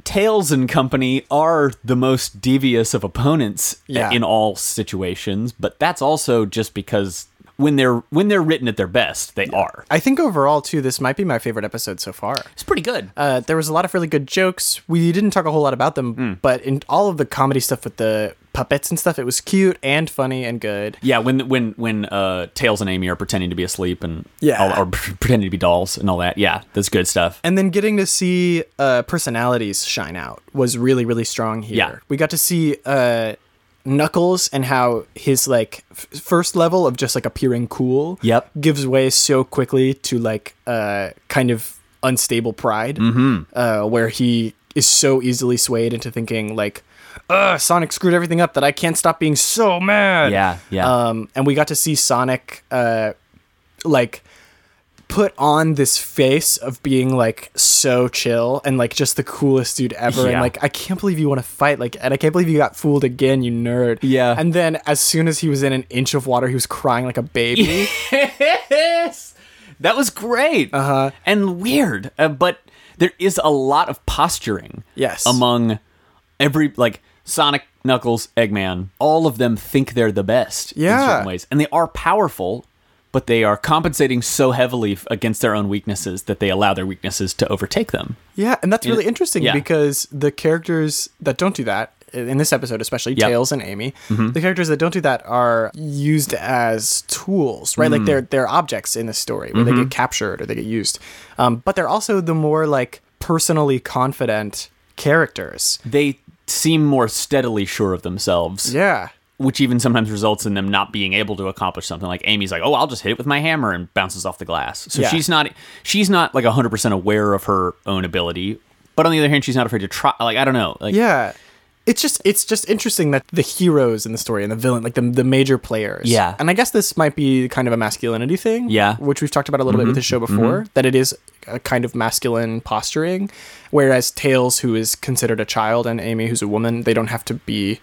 Speaker 2: Tails and company are the most devious of opponents uh,
Speaker 1: Yeah.
Speaker 2: in all situations, but that's also just because when they're when they're written at their best, they are.
Speaker 1: I think overall too, this might be my favorite episode so far.
Speaker 2: It's pretty good.
Speaker 1: Uh, there was a lot of really good jokes. We didn't talk a whole lot about them,
Speaker 2: Hmm.
Speaker 1: but in all of the comedy stuff with the puppets and stuff, it was cute and funny and good.
Speaker 2: Yeah, when when when uh, Tails and Amy are pretending to be asleep and
Speaker 1: Yeah.
Speaker 2: all, or [LAUGHS] pretending to be dolls and all that. Yeah, that's good stuff.
Speaker 1: And then getting to see uh, personalities shine out was really, really strong here.
Speaker 2: Yeah.
Speaker 1: We got to see uh, Knuckles and how his like f- first level of just like appearing cool
Speaker 2: Yep.
Speaker 1: gives way so quickly to like uh, kind of unstable pride
Speaker 2: Mm-hmm.
Speaker 1: uh, where he is so easily swayed into thinking like, Ugh, Sonic screwed everything up that I can't stop being so mad.
Speaker 2: Yeah, yeah.
Speaker 1: Um, and we got to see Sonic, uh, like, put on this face of being like so chill and like just the coolest dude ever. And
Speaker 2: Yeah.
Speaker 1: like, I can't believe you want to fight. Like, and I can't believe you got fooled again, you nerd.
Speaker 2: Yeah.
Speaker 1: And then as soon as he was in an inch of water, he was crying like a
Speaker 2: [LAUGHS]
Speaker 1: baby.
Speaker 2: yes, that was great. Uh
Speaker 1: Uh-huh.
Speaker 2: huh. And weird, uh, but there is a lot of posturing.
Speaker 1: Yes.
Speaker 2: among every like Sonic, Knuckles, Eggman, all of them think they're the best. in
Speaker 1: Yeah.
Speaker 2: certain ways, and they are powerful. But they are compensating so heavily f- against their own weaknesses that they allow their weaknesses to overtake them.
Speaker 1: yeah. And that's really interesting
Speaker 2: yeah.
Speaker 1: because the characters that don't do that. In this episode, especially
Speaker 2: Yep. Mm-hmm.
Speaker 1: Tails and Amy, the characters that don't do that are used as tools, right?
Speaker 2: Mm.
Speaker 1: Like they're they're objects in the story where
Speaker 2: Mm-hmm.
Speaker 1: they get captured or they get used, um, but they're also the more like personally confident characters.
Speaker 2: they seem more steadily sure of themselves,
Speaker 1: Yeah,
Speaker 2: which even sometimes results in them not being able to accomplish something. Like Amy's like, "Oh, I'll just hit it with my hammer," and bounces off the glass. So
Speaker 1: Yeah.
Speaker 2: she's not she's not like 100% aware of her own ability, but on the other hand, she's not afraid to try. Like I don't know. Like
Speaker 1: yeah. It's just it's just interesting that the heroes in the story and the villain, like the the major players.
Speaker 2: Yeah.
Speaker 1: and I guess this might be kind of a masculinity thing.
Speaker 2: Yeah. Mm-hmm.
Speaker 1: which we've talked about a little bit with the show before. That it is a kind of masculine posturing, whereas Tails, who is considered a child, and Amy, who's a woman, they don't have to be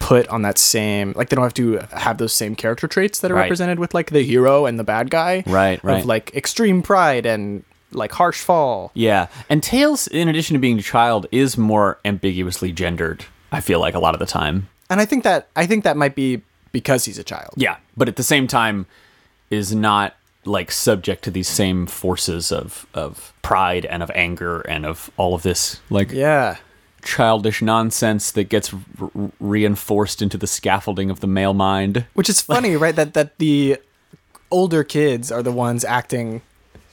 Speaker 1: put on that same like they don't have to have those same character traits that are
Speaker 2: Right.
Speaker 1: represented with like the hero and the bad guy
Speaker 2: Right, right.
Speaker 1: of like extreme pride and like harsh fall
Speaker 2: Yeah, and Tails, in addition to being a child, is more ambiguously gendered. I feel like a lot of the time.
Speaker 1: and i think that i think that might be because he's a child
Speaker 2: Yeah, but at the same time, is not like subject to these same forces of of pride and of anger and of all of this like
Speaker 1: yeah
Speaker 2: childish nonsense that gets r- r- reinforced into the scaffolding of the male mind.
Speaker 1: Which is funny, right? That that the older kids are the ones acting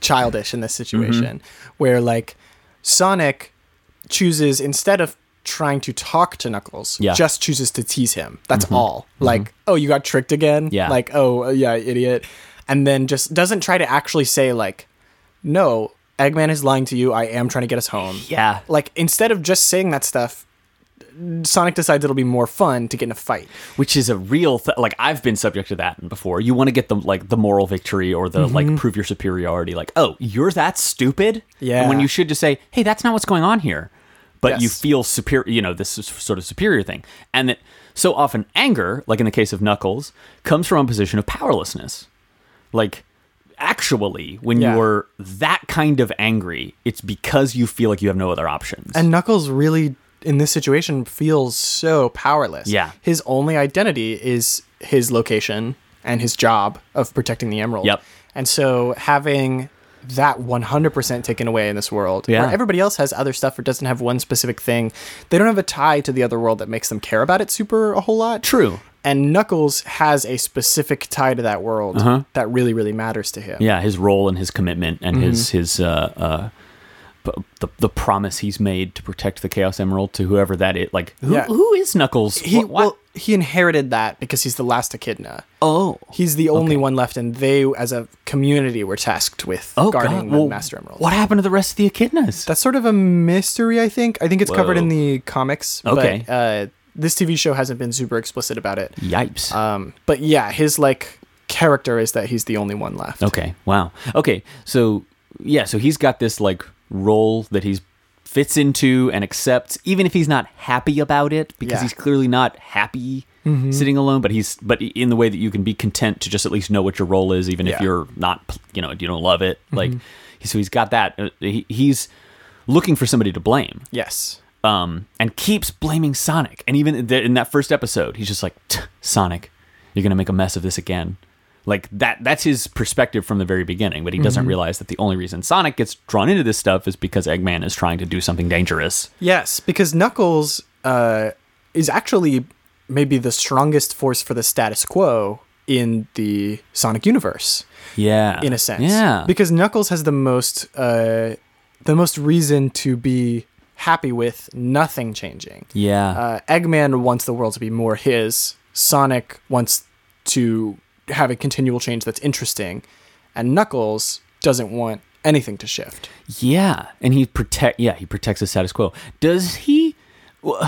Speaker 1: childish in this
Speaker 2: Mm-hmm.
Speaker 1: situation, where like Sonic chooses instead of trying to talk to Knuckles,
Speaker 2: Yeah. Mm-hmm.
Speaker 1: just chooses to tease him. That's all. Like, oh, you got tricked again.
Speaker 2: Yeah.
Speaker 1: Like, oh, uh, yeah, idiot. And then just doesn't try to actually say like, no, Eggman is lying to you. I am trying to get us home.
Speaker 2: Yeah,
Speaker 1: Like instead of just saying that stuff, Sonic decides it'll be more fun to get in a fight.
Speaker 2: which is a real th- like I've been subject to that before. You want to get the like the moral victory or the
Speaker 1: Mm-hmm.
Speaker 2: like prove your superiority. Like, oh, you're that stupid.
Speaker 1: Yeah.
Speaker 2: And when you should just say, hey, that's not what's going on here, but you
Speaker 1: Yes.
Speaker 2: feel superior. You know, this is sort of superior thing, and that so often anger, like in the case of Knuckles, comes from a position of powerlessness. Like, actually, when
Speaker 1: Yeah.
Speaker 2: you're that kind of angry, it's because you feel like you have no other options.
Speaker 1: And Knuckles really, in this situation, feels so powerless.
Speaker 2: Yeah.
Speaker 1: His only identity is his location and his job of protecting the Emerald.
Speaker 2: Yep.
Speaker 1: And so having that 100% taken away in this world,
Speaker 2: Yeah.
Speaker 1: where everybody else has other stuff or doesn't have one specific thing, they don't have a tie to the other world that makes them care about it super a whole lot.
Speaker 2: True.
Speaker 1: And Knuckles has a specific tie to that world that really, really matters to him.
Speaker 2: Uh-huh. yeah his role and his commitment and his
Speaker 1: Mm-hmm.
Speaker 2: his uh uh p- the, the promise he's made to protect the chaos emerald to whoever that is like who,
Speaker 1: Yeah.
Speaker 2: who is knuckles
Speaker 1: He
Speaker 2: Wh- why-
Speaker 1: well, he inherited that because he's the last Echidna.
Speaker 2: oh
Speaker 1: He's the only one left, and they, as a community, were tasked with
Speaker 2: oh
Speaker 1: guarding
Speaker 2: God.
Speaker 1: the
Speaker 2: Well,
Speaker 1: Master Emerald.
Speaker 2: what happened to the rest of the echidnas
Speaker 1: That's sort of a mystery, I think. I think it's covered in
Speaker 2: Whoa.
Speaker 1: the comics.
Speaker 2: Okay.
Speaker 1: But, uh, this TV show hasn't been super explicit about it.
Speaker 2: yipes
Speaker 1: Um, but yeah, his like character is that he's the only one left.
Speaker 2: okay wow okay so yeah so he's got this like role that he's fits into and accepts even if he's not happy about it because
Speaker 1: Yeah. Mm-hmm.
Speaker 2: he's clearly not happy sitting alone but he's but in the way that you can be content to just at least know what your role is even if
Speaker 1: Yeah. Mm-hmm.
Speaker 2: you're not you know you don't love it like so he's got that Uh, he, he's looking for somebody to blame
Speaker 1: Yes.
Speaker 2: um, and keeps blaming Sonic. And even th- in that first episode, he's just like, "Tch, Sonic, you're gonna make a mess of this again. Like that—that's his perspective from the very beginning. But he doesn't realize that the only reason Sonic gets drawn into this stuff is because Eggman is trying to do something dangerous.
Speaker 1: Yes, because Knuckles uh, is actually maybe the strongest force for the status quo in the Sonic universe.
Speaker 2: Yeah,
Speaker 1: in a sense.
Speaker 2: Yeah,
Speaker 1: Because Knuckles has the most uh, the most reason to be happy with nothing changing.
Speaker 2: yeah,
Speaker 1: Uh, Eggman wants the world to be more his. Sonic wants to have a continual change that's interesting, and Knuckles doesn't want anything to shift.
Speaker 2: yeah. And he protect. Yeah, he protects the status quo. Does he? w-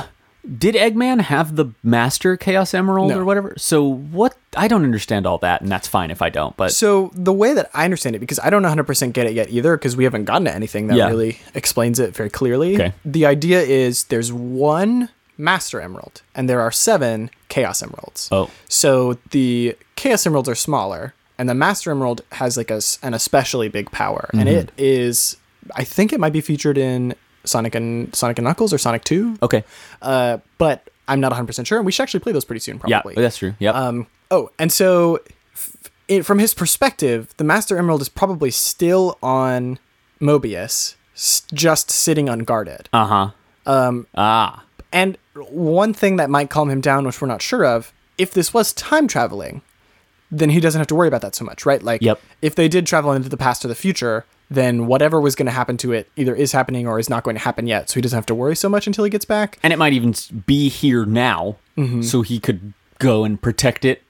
Speaker 2: Did Eggman have the Master Chaos Emerald
Speaker 1: No.
Speaker 2: or whatever? So what? I don't understand all that, and that's fine if I don't. But
Speaker 1: So the way that I understand it, because I don't 100% get it yet either, because we haven't gotten to anything that
Speaker 2: Yeah.
Speaker 1: really explains it very clearly.
Speaker 2: Okay.
Speaker 1: The idea is there's one Master Emerald, and there are seven Chaos Emeralds.
Speaker 2: Oh.
Speaker 1: So the Chaos Emeralds are smaller, and the Master Emerald has like a s an especially big power, and it is, I think it might be featured in Sonic and Sonic and Knuckles or Sonic Two.
Speaker 2: okay,
Speaker 1: Uh, but I'm not 100% sure, and we should actually play those pretty soon,
Speaker 2: yeah,
Speaker 1: probably.
Speaker 2: that's true. Yep.
Speaker 1: Um, oh, and so f- it, from his perspective, the Master Emerald is probably still on Mobius, s- just sitting unguarded.
Speaker 2: Uh huh. Um. Ah.
Speaker 1: And one thing that might calm him down, which we're not sure of, if this was time traveling, then he doesn't have to worry about that so much, right? Like,
Speaker 2: Yep.
Speaker 1: if they did travel into the past or the future, then whatever was going to happen to it either is happening or is not going to happen yet. So he doesn't have to worry so much until he gets back.
Speaker 2: And it might even s- be here now,
Speaker 1: Mm-hmm.
Speaker 2: so he could go and protect it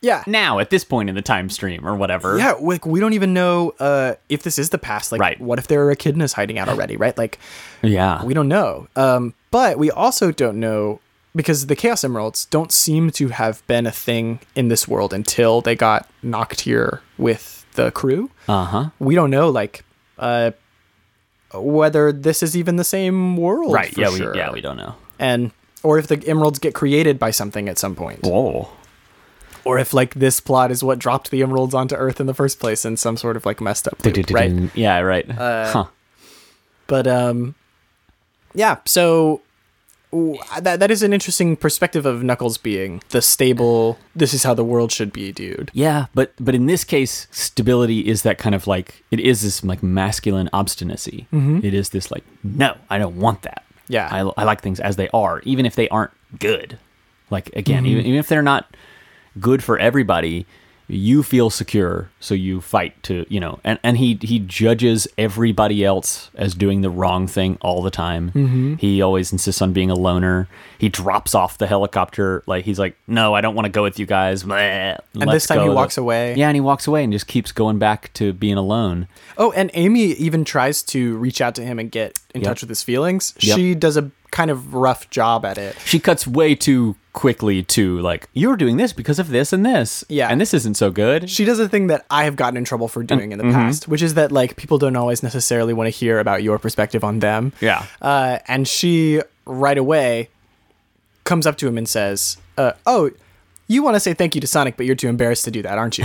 Speaker 1: Yeah.
Speaker 2: now at this point in the time stream or whatever.
Speaker 1: Yeah, like we don't even know uh, if this is the past. Like,
Speaker 2: Right.
Speaker 1: what if there are echidnas hiding out already? Right, like
Speaker 2: Yeah.
Speaker 1: we don't know. Um, but we also don't know because the Chaos Emeralds don't seem to have been a thing in this world until they got knocked here with the crew.
Speaker 2: Uh huh.
Speaker 1: We don't know, like, uh, whether this is even the same world,
Speaker 2: right?
Speaker 1: for
Speaker 2: Yeah,
Speaker 1: sure.
Speaker 2: we yeah we don't know.
Speaker 1: and or if the emeralds get created by something at some point,
Speaker 2: Whoa.
Speaker 1: or if like this plot is what dropped the emeralds onto Earth in the first place in some sort of like messed up loop, right?
Speaker 2: Yeah, right.
Speaker 1: Uh,
Speaker 2: huh.
Speaker 1: but um yeah so w- that that is an interesting perspective of knuckles being the stable this is how the world should be dude
Speaker 2: Yeah, but but in this case, stability is that kind of like it is this like masculine obstinacy. It is this like no, I don't want
Speaker 1: Mm-hmm.
Speaker 2: that.
Speaker 1: Yeah.
Speaker 2: I, I like things as they are, even if they aren't good. Like again,
Speaker 1: Mm-hmm.
Speaker 2: even, even if they're not good for everybody, you feel secure, so you fight to you know. And and he he judges everybody else as doing the wrong thing all the time.
Speaker 1: Mm-hmm.
Speaker 2: He always insists on being a loner. He drops off the helicopter like he's like, no, I don't want to go with you guys. And
Speaker 1: And this time he walks away.
Speaker 2: Yeah, and he walks away and just keeps going back to being alone.
Speaker 1: oh and amy even tries to reach out to him and get in
Speaker 2: Yep.
Speaker 1: touch with his feelings
Speaker 2: Yep.
Speaker 1: she does a kind of rough job at it
Speaker 2: She cuts way too quickly to like you're doing this because of this and this.
Speaker 1: Yeah.
Speaker 2: and this isn't so good.
Speaker 1: she does a thing that I have gotten in trouble for doing in the past, which is that like people don't always necessarily want to hear about your perspective on them.
Speaker 2: Yeah.
Speaker 1: Uh, and she right away comes up to him and says, uh, "Oh, you want to say thank you to Sonic, but you're too embarrassed to do that, aren't you?"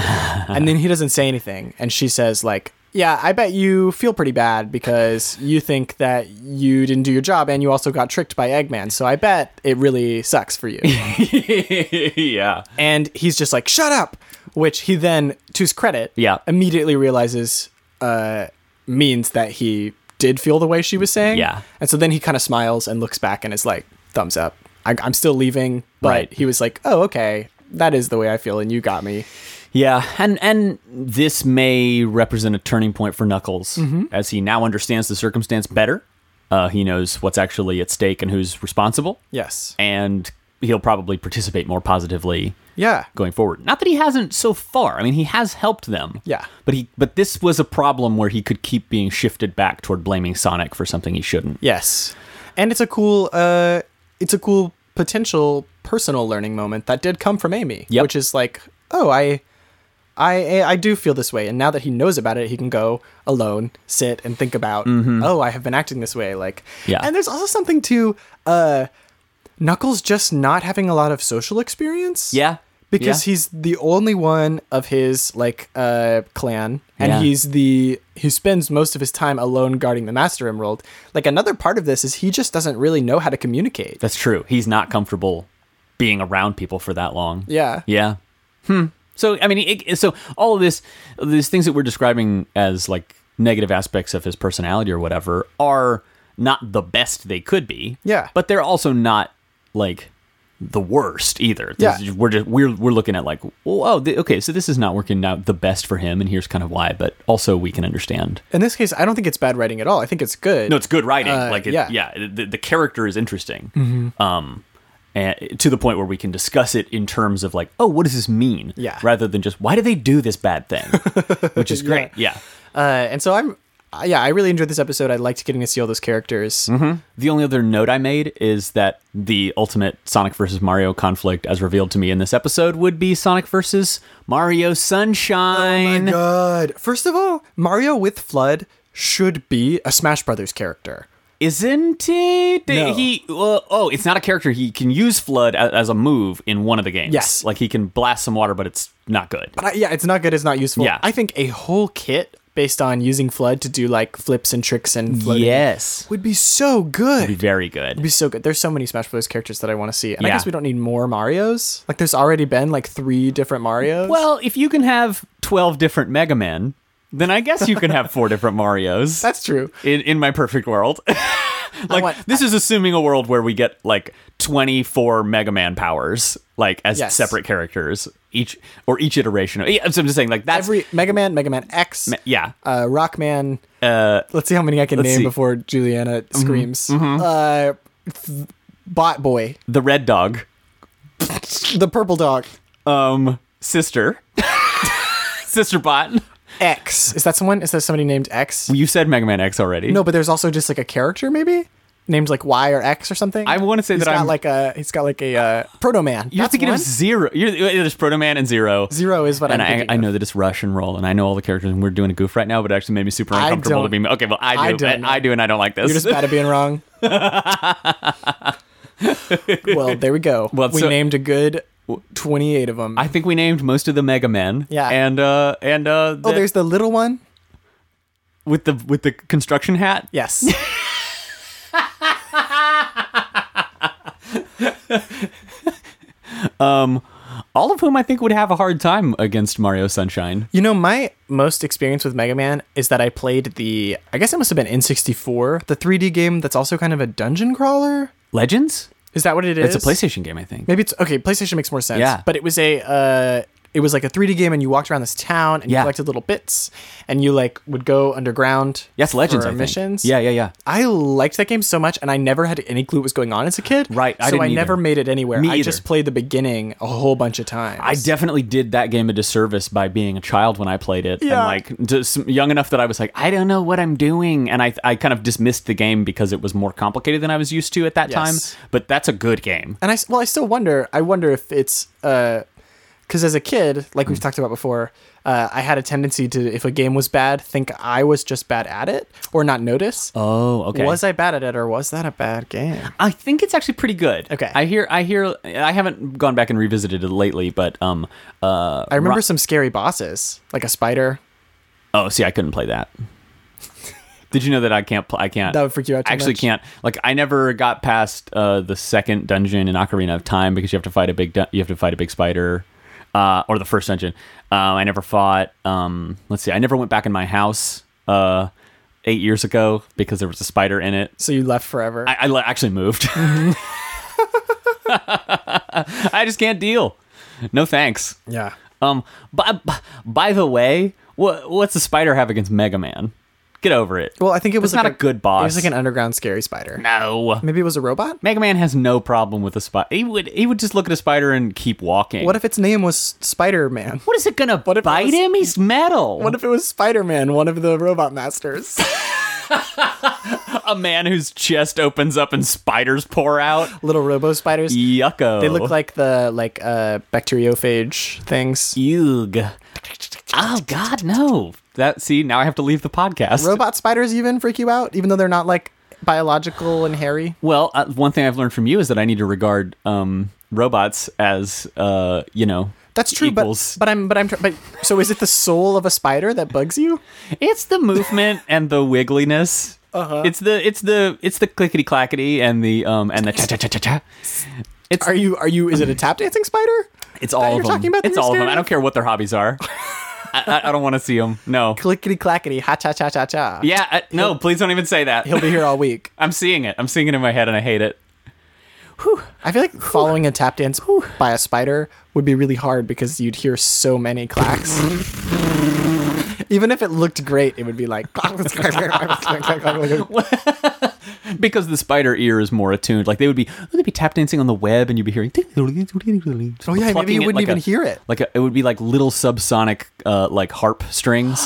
Speaker 1: and then he doesn't say anything, and she says like. Yeah, I bet you feel pretty bad because you think that you didn't do your job and you also got tricked by Eggman. So I bet it really sucks for you
Speaker 2: [LAUGHS] yeah,
Speaker 1: and he's just like shut up which he then to his credit
Speaker 2: Yeah.
Speaker 1: immediately realizes uh means that he did feel the way she was saying
Speaker 2: Yeah.
Speaker 1: and so then he kind of smiles and looks back and is like thumbs up I- i'm still leaving but
Speaker 2: Right.
Speaker 1: he was like oh okay that is the way i feel and you got me
Speaker 2: yeah, and and this may represent a turning point for Knuckles
Speaker 1: Mm-hmm.
Speaker 2: as he now understands the circumstance better. Uh, he knows what's actually at stake and who's responsible,
Speaker 1: yes
Speaker 2: and he'll probably participate more positively
Speaker 1: yeah
Speaker 2: going forward. Not that he hasn't so far. I mean, he has helped them.
Speaker 1: Yeah.
Speaker 2: But he but this was a problem where he could keep being shifted back toward blaming Sonic for something he shouldn't.
Speaker 1: yes and it's a cool uh it's a cool potential personal learning moment that did come from amy
Speaker 2: Yep.
Speaker 1: which is like oh i I, I do feel this way, and now that he knows about it, he can go alone, sit, and think about, oh, I have been acting this way. Like,
Speaker 2: Mm-hmm. Yeah.
Speaker 1: And there's also something to uh, Knuckles just not having a lot of social experience.
Speaker 2: Yeah.
Speaker 1: because
Speaker 2: Yeah.
Speaker 1: he's the only one of his like uh, clan, and
Speaker 2: Yeah.
Speaker 1: he's the he spends most of his time alone guarding the Master Emerald. Like another part of this is he just doesn't really know how to communicate.
Speaker 2: That's true. He's not comfortable being around people for that long.
Speaker 1: yeah,
Speaker 2: Yeah. Hmm. So I mean, it, so all of this, these things that we're describing as like negative aspects of his personality or whatever are not the best they could be.
Speaker 1: Yeah.
Speaker 2: But they're also not like the worst either.
Speaker 1: Yeah.
Speaker 2: This is- We're just we're we're looking at like, well, oh, th- okay, so this is not working out the best for him, and here's kind of why. But also, we can understand.
Speaker 1: In this case, I don't think it's bad writing at all. I think it's good.
Speaker 2: No, it's good writing.
Speaker 1: Uh,
Speaker 2: like, it,
Speaker 1: yeah. Mm-hmm.
Speaker 2: yeah, the, the character is interesting. Um, and to the point where we can discuss it in terms of like, oh, what does this mean?
Speaker 1: Yeah.
Speaker 2: Rather than just why do they do this
Speaker 1: [LAUGHS]
Speaker 2: bad thing, which is great. Yeah.
Speaker 1: Uh, and so I'm, uh, yeah, I really enjoyed this episode. I liked getting to see all those characters.
Speaker 2: The only other note I made is that the ultimate Sonic versus Mario conflict, as revealed to me in this episode, would be Sonic versus Mario Sunshine.
Speaker 1: Oh God, first of all, Mario with Flood should be a Smash Brothers character.
Speaker 2: Isn't it?
Speaker 1: No.
Speaker 2: He uh, oh, it's not a character. He can use flood as, as a move in one of the games.
Speaker 1: Yes.
Speaker 2: like he can blast some water, but it's not good.
Speaker 1: But I, yeah, it's not good. It's not useful.
Speaker 2: Yeah.
Speaker 1: I think a whole kit based on using Flood to do like flips and tricks and floating
Speaker 2: Yes.
Speaker 1: would be so good.
Speaker 2: Be
Speaker 1: It'd
Speaker 2: very good.
Speaker 1: be so good. There's so many Smash Brothers characters that I want to see, and I
Speaker 2: Yeah.
Speaker 1: guess we don't need more Mario's. Like, there's already been like three different Mario's.
Speaker 2: Well, if you can have 12 different Mega Men, then I guess you can have four different Marios.
Speaker 1: that's true.
Speaker 2: in, in my perfect world. [LAUGHS] like
Speaker 1: want-
Speaker 2: this is assuming a world where we get like 24 Mega Man powers like as
Speaker 1: Yes.
Speaker 2: separate characters each or each iteration. Yeah, so I'm just saying like that's
Speaker 1: Every Mega Man, Mega Man X,
Speaker 2: yeah.
Speaker 1: uh, Rockman. Uh, let's see how many I can name
Speaker 2: see. Mm-hmm,
Speaker 1: before Juliana screams. Uh, th- Bot Boy,
Speaker 2: The Red Dog
Speaker 1: the Purple Dog,
Speaker 2: um sister sister bot.
Speaker 1: X. Is that someone? Is that somebody named X?
Speaker 2: You said Mega Man X already.
Speaker 1: No, but there's also just like a character, maybe. names like Y or X or something.
Speaker 2: I wanna say
Speaker 1: He's
Speaker 2: that
Speaker 1: got
Speaker 2: I'm-
Speaker 1: like a he's got like a uh, proto man.
Speaker 2: You have to give him zero. You're, there's Proto Man and zero.
Speaker 1: zero is what
Speaker 2: And
Speaker 1: I'm
Speaker 2: I,
Speaker 1: thinking
Speaker 2: I
Speaker 1: of.
Speaker 2: know that it's Rush and roll, and I know all the characters, and we're doing a goof right now, but it actually made me super
Speaker 1: I
Speaker 2: uncomfortable to
Speaker 1: don't-
Speaker 2: be. Okay, well, I do.
Speaker 1: I
Speaker 2: I,
Speaker 1: don't know.
Speaker 2: I do, and I don't like this.
Speaker 1: You're just bad at being wrong. well, there we go.
Speaker 2: Well,
Speaker 1: we
Speaker 2: so-
Speaker 1: named a good 28 of them.
Speaker 2: [LAUGHS] I think we named most of the Mega Men.
Speaker 1: Yeah.
Speaker 2: And uh and uh
Speaker 1: oh,
Speaker 2: the-
Speaker 1: there's the little one.
Speaker 2: with the with the construction hat.
Speaker 1: Yes.
Speaker 2: [LAUGHS] All of whom I think would have a hard time against Mario Sunshine.
Speaker 1: you know, my most experience with Mega Man is that I played the, I guess it must have been N64, the 3D game that's also kind of a dungeon crawler.
Speaker 2: Legends?
Speaker 1: Is that what it is?
Speaker 2: It's a PlayStation game, I think.
Speaker 1: Maybe it's okay. PlayStation makes more sense.
Speaker 2: Yeah.
Speaker 1: But it was a uh, it was like a 3D game, and you walked around this town and you
Speaker 2: Yeah.
Speaker 1: collected little bits, and you like would go underground.
Speaker 2: Yes, Legends.
Speaker 1: for
Speaker 2: I think.
Speaker 1: missions.
Speaker 2: Yeah, yeah, yeah.
Speaker 1: I liked that game so much, and I never had any clue what was going on as a kid.
Speaker 2: Right, I
Speaker 1: so
Speaker 2: didn't
Speaker 1: I never
Speaker 2: either.
Speaker 1: made it anywhere.
Speaker 2: Me
Speaker 1: I
Speaker 2: either.
Speaker 1: just played the beginning a whole bunch of times.
Speaker 2: I definitely did that game a disservice by being a child when I played it.
Speaker 1: Yeah.
Speaker 2: And like just young enough that I was like, I don't know what I'm doing. And I, I kind of dismissed the game because it was more complicated than I was used to at that
Speaker 1: Yes.
Speaker 2: time. But that's a good game.
Speaker 1: and I s- well, I still wonder. I wonder if it's because as a kid, like
Speaker 2: Hmm.
Speaker 1: we've talked about before, uh, I had a tendency to, if a game was bad, think I was just bad at it or not notice.
Speaker 2: Oh, okay.
Speaker 1: Was I bad at it, or was that a bad game?
Speaker 2: I think it's actually pretty good.
Speaker 1: Okay.
Speaker 2: I hear I hear I haven't gone back and revisited it lately, but um uh
Speaker 1: I remember
Speaker 2: Ro-
Speaker 1: some scary bosses, like a spider.
Speaker 2: Oh, see, I couldn't play that. [LAUGHS] Did you know that I can't play I can't
Speaker 1: That would freak you out too
Speaker 2: I actually
Speaker 1: much.
Speaker 2: can't. Like I never got past uh the second dungeon in Ocarina of Time because you have to fight a big dun- you have to fight a big spider uh or the first dungeon. Um I never fought um let's see. I never went back in my house uh 8 years ago because there was a spider in it.
Speaker 1: So you left forever.
Speaker 2: I, I le- actually moved.
Speaker 1: Mm-hmm.
Speaker 2: [LAUGHS] I just can't deal. No thanks.
Speaker 1: yeah.
Speaker 2: Um, by, by the way, what what's the spider have against Mega Man? Get over it.
Speaker 1: Well, I think it was
Speaker 2: That's
Speaker 1: like
Speaker 2: not a good boss.
Speaker 1: It was like an underground scary spider.
Speaker 2: no.
Speaker 1: Maybe it was a robot.
Speaker 2: Mega Man has no problem with a spider. He would he would just look at a spider and keep walking.
Speaker 1: What if its name was Spider Man?
Speaker 2: what is it gonna
Speaker 1: if it
Speaker 2: bite
Speaker 1: was-
Speaker 2: him? He's metal.
Speaker 1: [LAUGHS] What if it was Spider Man, one of the robot
Speaker 2: [LAUGHS]
Speaker 1: masters?
Speaker 2: a man whose chest opens up and spiders pour out?
Speaker 1: Little robo spiders.
Speaker 2: Yucko.
Speaker 1: They look like the like uh bacteriophage things.
Speaker 2: Ugh. Oh God, no! That see now I have to leave the podcast.
Speaker 1: Robot spiders even freak you out, even though they're not like biological and hairy.
Speaker 2: well, uh, one thing I've learned from you is that I need to regard um, robots as uh, you know.
Speaker 1: That's true,
Speaker 2: equals.
Speaker 1: but but I'm but I'm tr- but so is it the soul of a spider that bugs you?
Speaker 2: it's
Speaker 1: [LAUGHS]
Speaker 2: the movement and the wiggliness.
Speaker 1: Uh-huh.
Speaker 2: It's the it's the it's the clickety clackety and the um and the cha cha cha cha cha. It's
Speaker 1: Are you are you is it a tap dancing spider?
Speaker 2: it's all
Speaker 1: you're
Speaker 2: of them.
Speaker 1: talking about that
Speaker 2: it's
Speaker 1: you're
Speaker 2: all of them.
Speaker 1: scared
Speaker 2: I don't care what their hobbies are. I, I, I don't want to see them.
Speaker 1: [LAUGHS]
Speaker 2: No.
Speaker 1: Clickety clackety, ha cha cha cha cha.
Speaker 2: Yeah. I, no. Please don't even say that.
Speaker 1: He'll be here all week. [LAUGHS]
Speaker 2: I'm seeing it. I'm seeing it in my head and I hate it.
Speaker 1: I feel like following a tap dance by a spider would be really hard because you'd hear so many clacks. Even if it looked great, it would be like. yeah,
Speaker 2: because the spider ear is more attuned. Like they would be, they'd be tap dancing on the web, and you'd be hearing. Oh
Speaker 1: maybe you wouldn't even hear it.
Speaker 2: Like a, it would be like little subsonic, uh, like harp
Speaker 1: [GASPS]
Speaker 2: strings.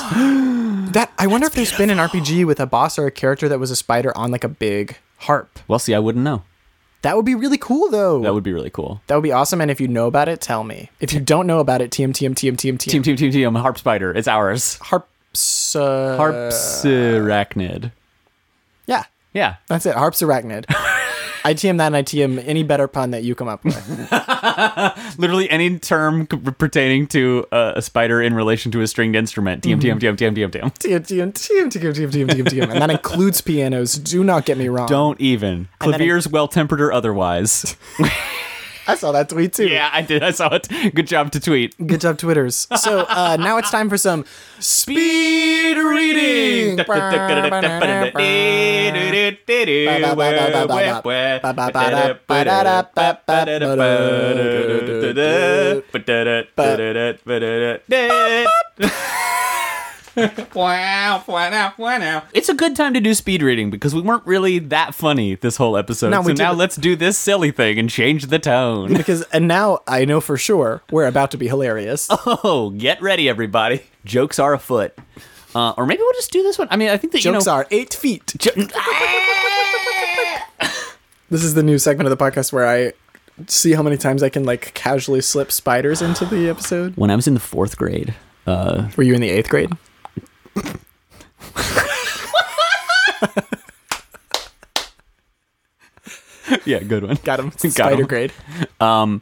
Speaker 1: That I wonder if there's been an RPG with a boss or a character that was a spider on like a big harp.
Speaker 2: well, see, I wouldn't know.
Speaker 1: That would be really cool though.
Speaker 2: That would be really cool.
Speaker 1: that would be awesome. And if you know about it, tell me. If you don't know about it, TM TM TM TM TM
Speaker 2: Team, team, team, team. Harp spider. It's ours.
Speaker 1: harps. Uh,
Speaker 2: Harpsarachnid.
Speaker 1: Yeah,
Speaker 2: Yeah.
Speaker 1: that's it. Harps arachnid. I TM that and I TM any better pun that you come up [LAUGHS] with.
Speaker 2: Literally any term c- pertaining to uh, a spider in relation to a stringed instrument. TM, TM,
Speaker 1: Mm-hmm.
Speaker 2: TM, TM, TM, TM.
Speaker 1: TM, TM, TM, TM, TM, TM, TM, TM. And that includes pianos. Do not get me wrong.
Speaker 2: Don't even.
Speaker 1: And then it-
Speaker 2: Claviers, well tempered
Speaker 1: [LAUGHS]
Speaker 2: or otherwise.
Speaker 1: I saw that tweet too.
Speaker 2: yeah, I did. I saw it. Good job to tweet.
Speaker 1: Good job, Twitters. So uh, now it's time for some
Speaker 2: Speed reading. It's a good time to do speed reading because we weren't really that funny this whole episode.
Speaker 1: No,
Speaker 2: so
Speaker 1: we
Speaker 2: now
Speaker 1: didn't.
Speaker 2: let's do this silly thing and change the [LAUGHS]
Speaker 1: [LAUGHS]
Speaker 2: tone.
Speaker 1: because, and now I know for sure we're about to be hilarious.
Speaker 2: Oh, get ready, everybody. Jokes are afoot. Uh, or maybe we'll just do this one. I mean, I think that
Speaker 1: Jokes
Speaker 2: you know,
Speaker 1: are eight feet.
Speaker 2: Jo-
Speaker 1: This is the new segment of the podcast where I see how many times I can like casually slip spiders into the episode.
Speaker 2: When I was in the fourth grade, uh,
Speaker 1: Were you in the eighth grade?
Speaker 2: yeah, good one.
Speaker 1: Got him.
Speaker 2: him.
Speaker 1: Spider grade.
Speaker 2: Um,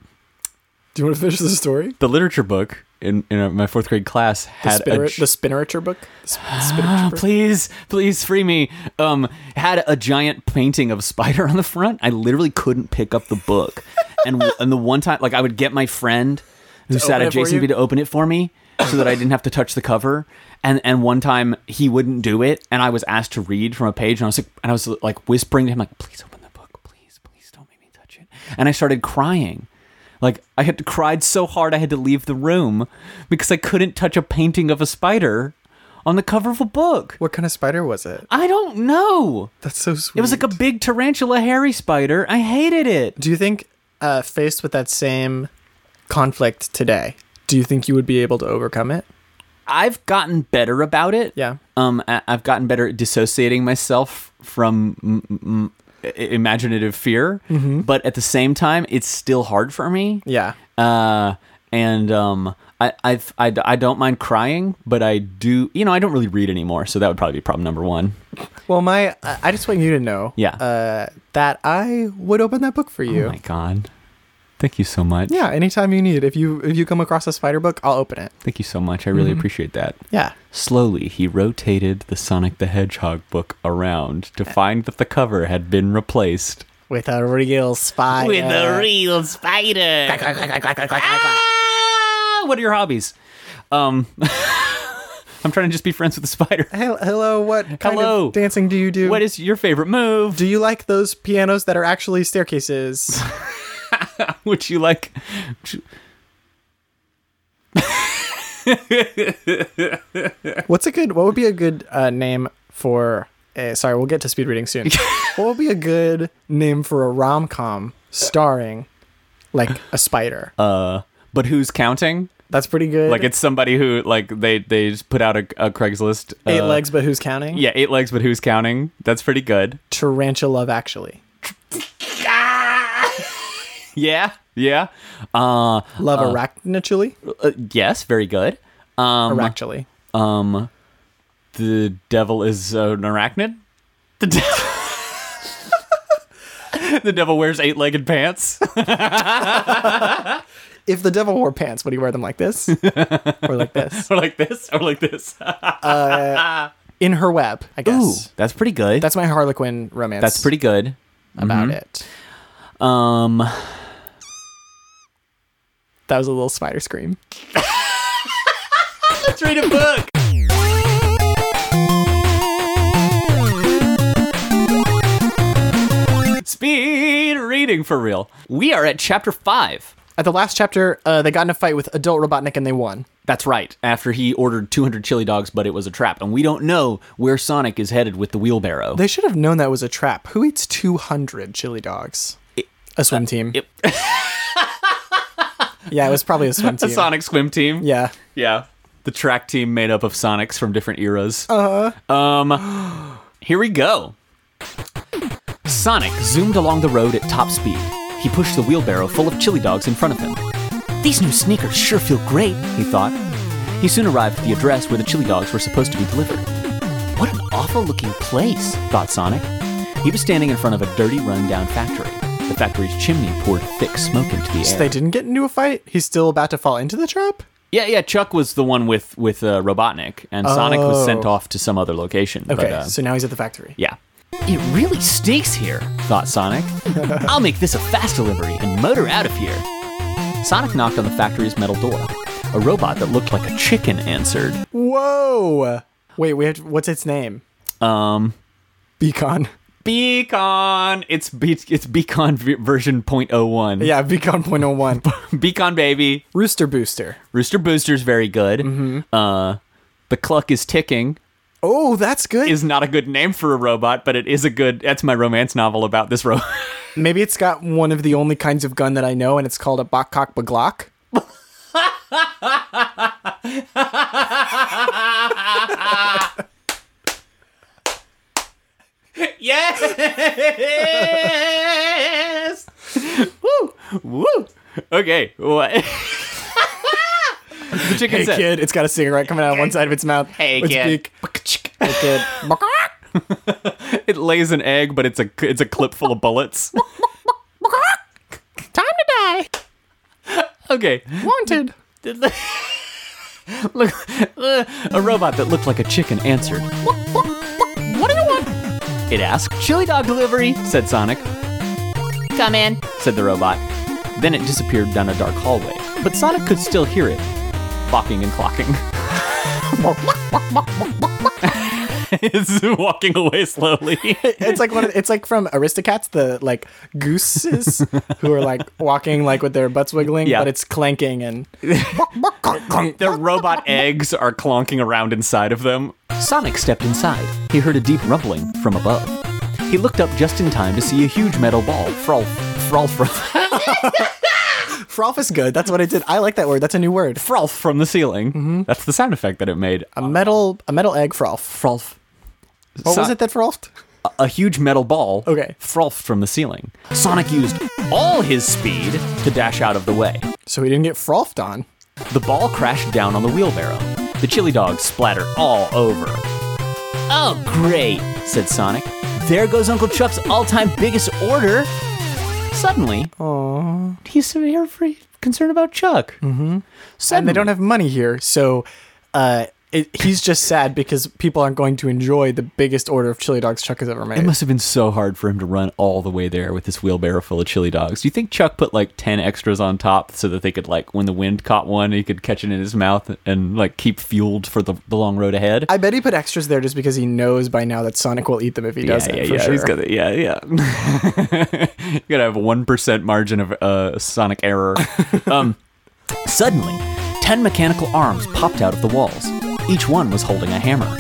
Speaker 1: Do you want to finish the story?
Speaker 2: the literature book in, in uh, my fourth grade class
Speaker 1: The,
Speaker 2: had
Speaker 1: spinner-
Speaker 2: a gi- [GASPS] Ah,
Speaker 1: the Spinerature book. The sp- Spinerature book?
Speaker 2: please, please free me. Um, had a giant painting of a spider on the front. I literally couldn't pick up the book, and and the one time, like, I would get my friend who sat
Speaker 1: open it for
Speaker 2: adjacent to me
Speaker 1: you?
Speaker 2: to open it for me, so that I didn't have to touch the cover. And and one time he wouldn't do it, and I was asked to read from a page, and I was like, and I was like whispering to him, like, please open the book, please, please don't make me touch it. And I started crying. Like I had cried so hard I had to leave the room because I couldn't touch a painting of a spider on the cover of a book.
Speaker 1: What kind of spider was it?
Speaker 2: I don't know.
Speaker 1: That's so sweet.
Speaker 2: It was like a big tarantula hairy spider. I hated it.
Speaker 1: Do you think, uh, faced with that same conflict today, do you think you would be able to overcome it?
Speaker 2: I've gotten better about it.
Speaker 1: Yeah.
Speaker 2: Um, I- I've gotten better at dissociating myself from m- m- i- imaginative fear,
Speaker 1: Mm-hmm.
Speaker 2: but at the same time, it's still hard for me.
Speaker 1: Yeah.
Speaker 2: Uh, and um, I, I've, I I don't mind crying, but I do. You know, I don't really read anymore, so that would probably be problem number one.
Speaker 1: Well, my, I I just want you to know,
Speaker 2: Yeah.
Speaker 1: uh, that I would open that book for you.
Speaker 2: Oh my god! Thank you so much.
Speaker 1: yeah, anytime you need. If you if you come across a spider book, I'll open it.
Speaker 2: Thank you so much. I really
Speaker 1: Mm-hmm.
Speaker 2: appreciate that.
Speaker 1: Yeah.
Speaker 2: Slowly, he rotated the Sonic the Hedgehog book around
Speaker 1: Uh.
Speaker 2: to find that the cover had been replaced.
Speaker 1: With a real spider.
Speaker 2: real spider. ah! What are your hobbies? Um, [LAUGHS] I'm trying to just be friends with the spider.
Speaker 1: Hel- Hello, what kind
Speaker 2: Hello.
Speaker 1: of dancing do you do?
Speaker 2: What is your favorite move? [LAUGHS]
Speaker 1: do you like those pianos that are actually staircases?
Speaker 2: Would you like?
Speaker 1: What's a good? What would be a good uh, name for? A, sorry, we'll get to speed reading
Speaker 2: [LAUGHS]
Speaker 1: soon. what would be a good name for a rom com starring like a spider?
Speaker 2: Uh, but who's counting?
Speaker 1: That's pretty good.
Speaker 2: Like it's somebody who like they they just put out a, a Craigslist.
Speaker 1: eight
Speaker 2: uh,
Speaker 1: legs, but who's counting?
Speaker 2: Yeah, eight legs, but who's counting? That's pretty good.
Speaker 1: Tarantula Love Actually.
Speaker 2: Yeah, yeah. Uh,
Speaker 1: Love Arachnachuli.
Speaker 2: uh, yes, very good. Um,
Speaker 1: Arachnachuli.
Speaker 2: um, the devil is uh, an arachnid. The devil. [LAUGHS] the devil wears eight-legged pants. [LAUGHS]
Speaker 1: If the devil wore pants, would he wear them like
Speaker 2: [LAUGHS]
Speaker 1: this or like this?
Speaker 2: or like this, or like this.
Speaker 1: In her web, I guess.
Speaker 2: that's pretty good.
Speaker 1: That's my Harlequin romance.
Speaker 2: that's pretty mm-hmm. good.
Speaker 1: about it.
Speaker 2: Um,
Speaker 1: That was a little spider scream.
Speaker 2: let's read a book. Speed reading for real. We are at chapter five.
Speaker 1: At the last chapter, uh, they got in a fight with adult Robotnik and they won.
Speaker 2: That's right. After he ordered 200 chili dogs, but it was a trap, and we don't know where Sonic is headed with the wheelbarrow.
Speaker 1: They should have known that was a trap. Who eats 200 chili dogs? a swim team.
Speaker 2: uh, it-
Speaker 1: [LAUGHS] yeah, it was probably
Speaker 2: [LAUGHS]
Speaker 1: a swim
Speaker 2: the
Speaker 1: team.
Speaker 2: Sonic swim team.
Speaker 1: yeah.
Speaker 2: Yeah. The track team made up of Sonics from different eras. Uh
Speaker 1: Uh-huh.
Speaker 2: huh. Um, here we go. Sonic zoomed along the road at top speed. He pushed the wheelbarrow full of chili dogs in front of him. These new sneakers sure feel great, he thought. He soon arrived at the address where the chili dogs were supposed to be delivered. What an awful looking place, thought Sonic. He was standing in front of a dirty, rundown factory. The factory's chimney poured thick smoke into the air.
Speaker 1: They didn't get into a fight. He's still about to fall into the trap?
Speaker 2: Yeah, yeah. Chuck was the one with with uh, Robotnik, and Sonic was sent off to some other location.
Speaker 1: Oh. Okay,
Speaker 2: but, uh,
Speaker 1: so now he's at the factory.
Speaker 2: yeah. It really stinks here,
Speaker 1: [LAUGHS]
Speaker 2: thought Sonic. I'll make this a fast delivery and motor out of here. Sonic knocked on the factory's metal door. A robot that looked like a chicken answered.
Speaker 1: Whoa! Wait, we have to- what's its name?
Speaker 2: Um,
Speaker 1: Beacon.
Speaker 2: Beacon. It's be- it's Beacon v- version 0.01.
Speaker 1: Yeah, [LAUGHS] Beacon.01.
Speaker 2: Beacon baby.
Speaker 1: Rooster Booster.
Speaker 2: Rooster Booster's very good.
Speaker 1: Mm-hmm.
Speaker 2: Uh, the clock is ticking.
Speaker 1: Oh, that's good.
Speaker 2: is not a good name for a robot, but it is a good. That's my romance novel about this [LAUGHS] robot.
Speaker 1: Maybe it's got one of the only kinds of gun that I know, and it's called a Bokcock Baglock.
Speaker 2: yeah. okay. What? the chicken
Speaker 1: Hey
Speaker 2: set.
Speaker 1: kid, it's got a cigarette coming out on one side of its mouth.
Speaker 2: Hey,
Speaker 1: its
Speaker 2: kid.
Speaker 1: beak. Hey kid.
Speaker 2: It lays an egg, but it's a it's a clip full of bullets.
Speaker 1: Time to die.
Speaker 2: okay.
Speaker 1: Wanted.
Speaker 2: [LAUGHS] Look, uh, a robot that looked like a chicken answered.
Speaker 1: What do you want?
Speaker 2: It asked, Chili dog delivery, said Sonic. Come in, said the robot. Then it disappeared down a dark hallway, but Sonic could still hear it, barking and [LAUGHS] clocking. it's walking away slowly.
Speaker 1: It's like one of, it's like from Aristocats, the like gooses who are like walking like with their butts wiggling,
Speaker 2: Yeah.
Speaker 1: but it's clanking
Speaker 2: [LAUGHS]
Speaker 1: and
Speaker 2: Their robot eggs are clonking around inside of them. Sonic stepped inside. He heard a deep rumbling from above. He looked up just in time to see a huge metal ball frol frol [LAUGHS] frol
Speaker 1: Frolf is good. That's what I did. I like that word. That's a new word.
Speaker 2: frolf from the ceiling. That's the sound effect that it made.
Speaker 1: A metal a metal egg frolf.
Speaker 2: Frolf.
Speaker 1: What was it that frolfed?
Speaker 2: a huge metal ball
Speaker 1: Okay.
Speaker 2: frothed from the ceiling. Sonic used all his speed to dash out of the way.
Speaker 1: So we didn't get frolfed on.
Speaker 2: The ball crashed down on the wheelbarrow. The chili dogs splattered all over. Oh, great, said Sonic. There goes Uncle Chuck's all time biggest order. Suddenly, he's here for concerned about Chuck. Mm-hmm.
Speaker 1: and
Speaker 2: Suddenly,
Speaker 1: they don't have money here. So uh, it, he's just sad because people aren't going to enjoy the biggest order of chili dogs Chuck has ever made.
Speaker 2: It must have been so hard for him to run all the way there with this wheelbarrow full of chili dogs. Do you think Chuck put like 10 extras on top so that they could, like, when the wind caught one, he could catch it in his mouth and, like, keep fueled for the, the long road ahead?
Speaker 1: I bet he put extras there just because he knows by now that Sonic will eat them if he
Speaker 2: yeah,
Speaker 1: doesn't.
Speaker 2: yeah,
Speaker 1: for
Speaker 2: yeah.
Speaker 1: sure.
Speaker 2: He's got it. Yeah, yeah. [LAUGHS] you gotta have a 1% margin of uh, sonic [LAUGHS] error. um, suddenly, 10 mechanical arms popped out of the walls. Each one was holding a hammer.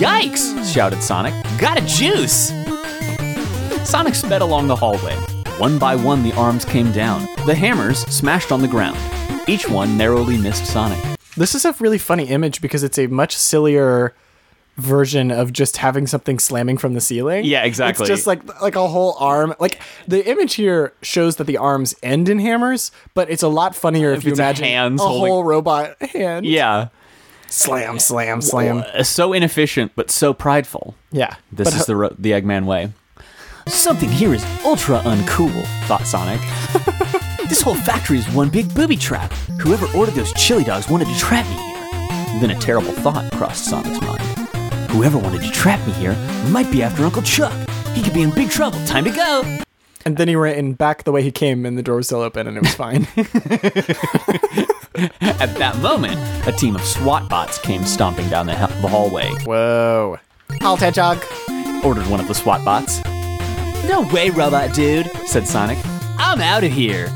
Speaker 2: Yikes! shouted Sonic. Got a juice! Sonic sped along the hallway. One by one, the arms came down. The hammers smashed on the ground. Each one narrowly missed Sonic.
Speaker 1: This is a really funny image because it's a much sillier version of just having something slamming from the ceiling.
Speaker 2: Yeah, exactly.
Speaker 1: It's just like like a whole arm. Like the image here shows that the arms end in hammers, but it's a lot funnier if, you
Speaker 2: it's
Speaker 1: imagine
Speaker 2: hands
Speaker 1: a
Speaker 2: holding-
Speaker 1: whole robot hand.
Speaker 2: Yeah.
Speaker 1: Slam, slam, slam.
Speaker 2: Uh, So inefficient, but so prideful.
Speaker 1: Yeah.
Speaker 2: This
Speaker 1: But
Speaker 2: is the ro- the Eggman way. Something here is ultra uncool, thought [LAUGHS] Sonic. this whole factory is one big booby trap. Whoever ordered those chili dogs wanted to trap me here. Then a terrible thought crossed Sonic's mind. Whoever wanted to trap me here might be after Uncle Chuck. He could be in big trouble. Time to go.
Speaker 1: And then he ran back the way he came, and the door was still open, and it was
Speaker 2: [LAUGHS]
Speaker 1: fine.
Speaker 2: At that moment, a team of SWAT bots came stomping down the, he- the hallway.
Speaker 1: Whoa. Halt, Hedgehog.
Speaker 2: ordered one of the SWAT bots. No way, robot dude, said Sonic. I'm out of here.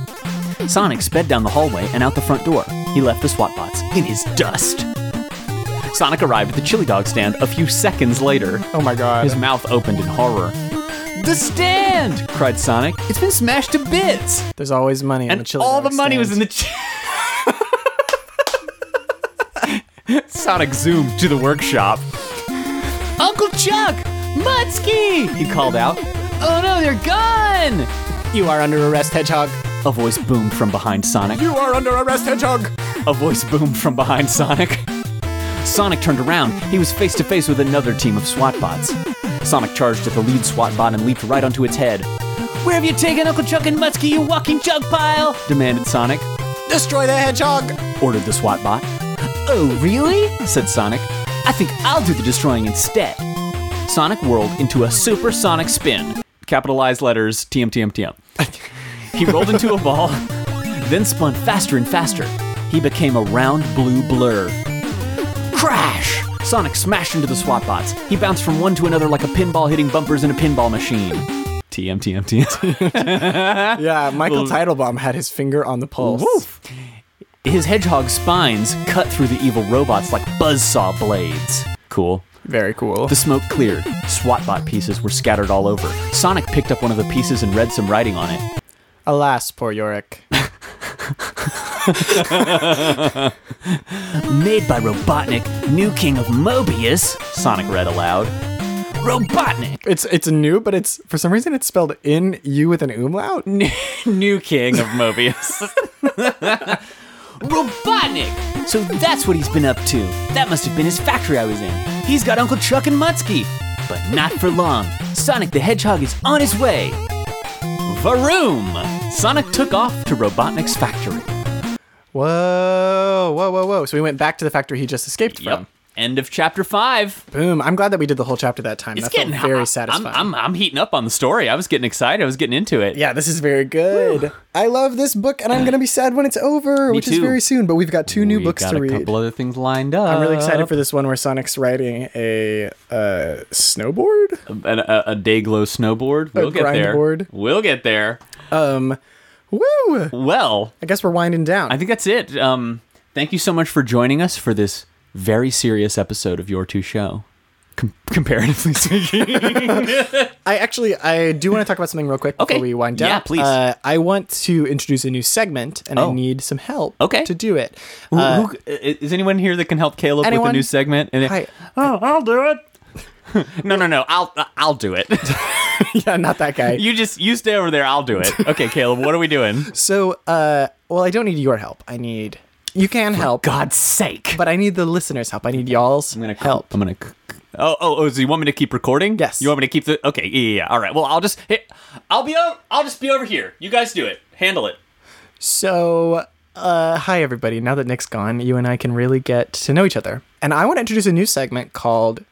Speaker 2: Sonic sped down the hallway and out the front door. He left the SWAT bots in his dust. Sonic arrived at the chili dog stand a few seconds later.
Speaker 1: Oh my god.
Speaker 2: His mouth opened in horror. The stand! cried Sonic. It's been smashed to bits!
Speaker 1: There's always money in the
Speaker 2: And
Speaker 1: chili
Speaker 2: all the
Speaker 1: dog
Speaker 2: money was in
Speaker 1: stand.
Speaker 2: the. Ch- Sonic zoomed to the workshop. Uncle Chuck, Mutsky! He called out. Oh no, they're gone!
Speaker 1: You are under arrest, Hedgehog.
Speaker 2: A voice boomed from behind Sonic.
Speaker 1: You are under arrest, Hedgehog.
Speaker 2: A voice boomed from behind Sonic. Sonic turned around. He was face to face with another team of SWAT bots. Sonic charged at the lead SWAT bot and leaped right onto its head. Where have you taken Uncle Chuck and Mutsky, you walking jug pile? demanded Sonic.
Speaker 1: Destroy the Hedgehog.
Speaker 2: ordered the SWAT bot. Oh, really? said Sonic. I think I'll do the destroying instead. Sonic whirled into a supersonic spin. Capitalized letters TM TM TM. he rolled into a ball, then spun faster and faster. He became a round blue blur. Crash! Sonic smashed into the SWAT bots. He bounced from one to another like a pinball hitting bumpers in a pinball machine. TM TM TM.
Speaker 1: Yeah, Michael Teitelbaum had his finger on the pulse.
Speaker 2: His hedgehog spines cut through the evil robots like buzzsaw blades. Cool.
Speaker 1: Very cool.
Speaker 2: The smoke cleared. SWAT bot pieces were scattered all over. Sonic picked up one of the pieces and read some writing on it.
Speaker 1: Alas, poor Yorick.
Speaker 2: Made by Robotnik, new king of Mobius, Sonic read aloud. Robotnik,
Speaker 1: It's it's new, but it's for some reason it's spelled in you with an umlaut.
Speaker 2: [LAUGHS] new king of Mobius. Robotnik! So that's what he's been up to. That must have been his factory I was in. He's got Uncle Chuck and Mutsky, but not for long. Sonic the Hedgehog is on his way. Varoom! Sonic took off to Robotnik's factory.
Speaker 1: Whoa, whoa, whoa, whoa. So we went back to the factory he just escaped from.
Speaker 2: End of chapter five.
Speaker 1: Boom. I'm glad that we did the whole chapter that time.
Speaker 2: It's
Speaker 1: that
Speaker 2: getting
Speaker 1: felt very
Speaker 2: I'm-
Speaker 1: satisfying.
Speaker 2: I'm, I'm, I'm heating up on the story. I was getting excited. I was getting into it.
Speaker 1: yeah, this is very good. I love this book, and I'm going to be sad when it's over, which is
Speaker 2: too.
Speaker 1: very soon. But we've got two new
Speaker 2: We
Speaker 1: books
Speaker 2: got
Speaker 1: to
Speaker 2: a
Speaker 1: read.
Speaker 2: couple other things lined up.
Speaker 1: I'm really excited for this one where Sonic's riding a uh, snowboard.
Speaker 2: an, a, a day glow snowboard. We'll get
Speaker 1: grind
Speaker 2: there.
Speaker 1: board.
Speaker 2: We'll get there.
Speaker 1: Um, woo!
Speaker 2: Well,
Speaker 1: I guess we're winding down.
Speaker 2: I think that's it. Um, thank you so much for joining us for this very serious episode of Your Two Show. Com- comparatively [LAUGHS] speaking,
Speaker 1: I actually I do want to talk about something real quick before
Speaker 2: Okay.
Speaker 1: we wind down.
Speaker 2: Yeah, please.
Speaker 1: Uh, I want to introduce a new segment, and I
Speaker 2: Oh.
Speaker 1: need some help.
Speaker 2: Okay.
Speaker 1: To do it.
Speaker 2: Who-
Speaker 1: Uh,
Speaker 2: who- is anyone here that can help Caleb with
Speaker 1: anyone?
Speaker 2: a new segment? And it-
Speaker 1: Hi.
Speaker 2: oh, I'll do it. [LAUGHS] no, no, no. I'll I'll do it. [LAUGHS]
Speaker 1: [LAUGHS] yeah, not that guy.
Speaker 2: you just you stay over there. I'll do it. Okay, Caleb. What are we doing?
Speaker 1: So, uh, well, I don't need your help. I need you can help,
Speaker 2: God's sake.
Speaker 1: but I need the listeners' help. I need y'all's
Speaker 2: I'm gonna c-
Speaker 1: help.
Speaker 2: I'm gonna. c- c- Oh, oh, oh! So you want me to keep recording?
Speaker 1: Yes.
Speaker 2: You want me to keep the? Okay. Yeah, yeah. yeah. All right. Well, I'll just. Hey, I'll be. o- I'll just be over here. You guys do it. Handle it.
Speaker 1: So, uh, hi everybody. Now that Nick's gone, you and I can really get to know each other. And I want to introduce a new segment called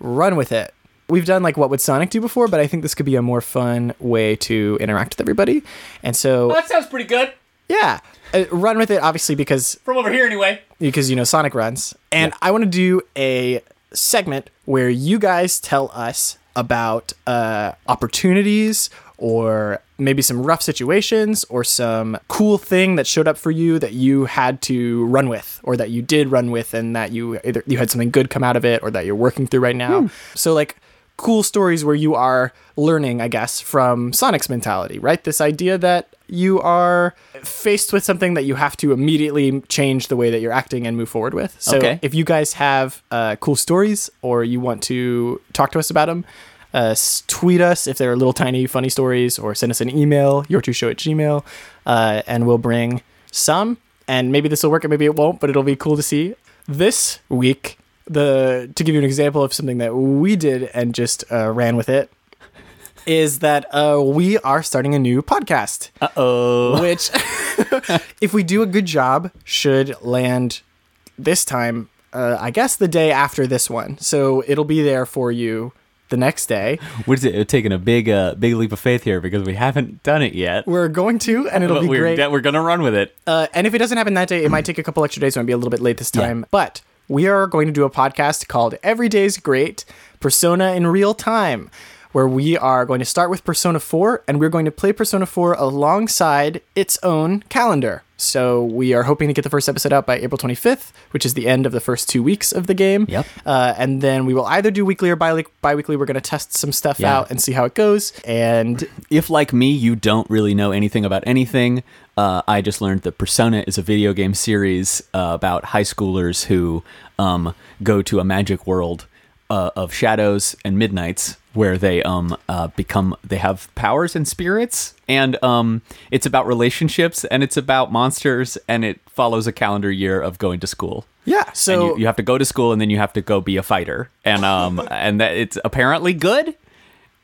Speaker 1: "Run with It." We've done like what would Sonic do before, but I think this could be a more fun way to interact with everybody. And so,
Speaker 2: Well, that sounds pretty good.
Speaker 1: yeah, uh, run with it. Obviously, because
Speaker 2: From over here, anyway.
Speaker 1: because you know Sonic runs, and I want to do a segment where you guys tell us about uh, opportunities or maybe some rough situations or some cool thing that showed up for you that you had to run with or that you did run with and that you either you had something good come out of it or that you're working through right now. So like cool stories where you are learning, I guess, from Sonic's mentality, right? This idea that you are faced with something that you have to immediately change the way that you're acting and move forward with. So
Speaker 2: Okay.
Speaker 1: if you guys have uh, cool stories or you want to talk to us about them, uh, s- tweet us if they're little tiny funny stories or send us an email, your two show at gmail, uh, and we'll bring some. And maybe this will work and maybe it won't, but it'll be cool to see. This week, the to give you an example of something that we did and just uh, ran with it is that uh, we are starting a new podcast
Speaker 2: Uh oh.
Speaker 1: which [LAUGHS] if we do a good job should land this time uh, i guess the day after this one so it'll be there for you the next day
Speaker 2: What is it? We're taking a big, uh, big leap of faith here because we haven't done it yet.
Speaker 1: we're going to and it'll
Speaker 2: But
Speaker 1: be
Speaker 2: we're,
Speaker 1: great
Speaker 2: that we're gonna run with it.
Speaker 1: uh, and if it doesn't happen that day it might take a couple extra days it might be a little bit late this
Speaker 2: Yeah.
Speaker 1: time but we are going to do a podcast called every day's great persona in real time where we are going to start with persona 4 and we're going to play persona 4 alongside its own calendar so we are hoping to get the first episode out by april 25th which is the end of the first two weeks of the game
Speaker 2: Yep.
Speaker 1: uh, and then we will either do weekly or bi- bi-weekly we're going to test some stuff
Speaker 2: Yeah.
Speaker 1: out and see how it goes and
Speaker 2: If like me, you don't really know anything about anything, uh, I just learned that Persona is a video game series uh, about high schoolers who um, go to a magic world uh, of shadows and midnights where they um uh, become they have powers and spirits and um it's about relationships and it's about monsters and it follows a calendar year of going to school
Speaker 1: yeah so
Speaker 2: and you, you have to go to school and then you have to go be a fighter and
Speaker 1: [LAUGHS]
Speaker 2: um and that it's apparently good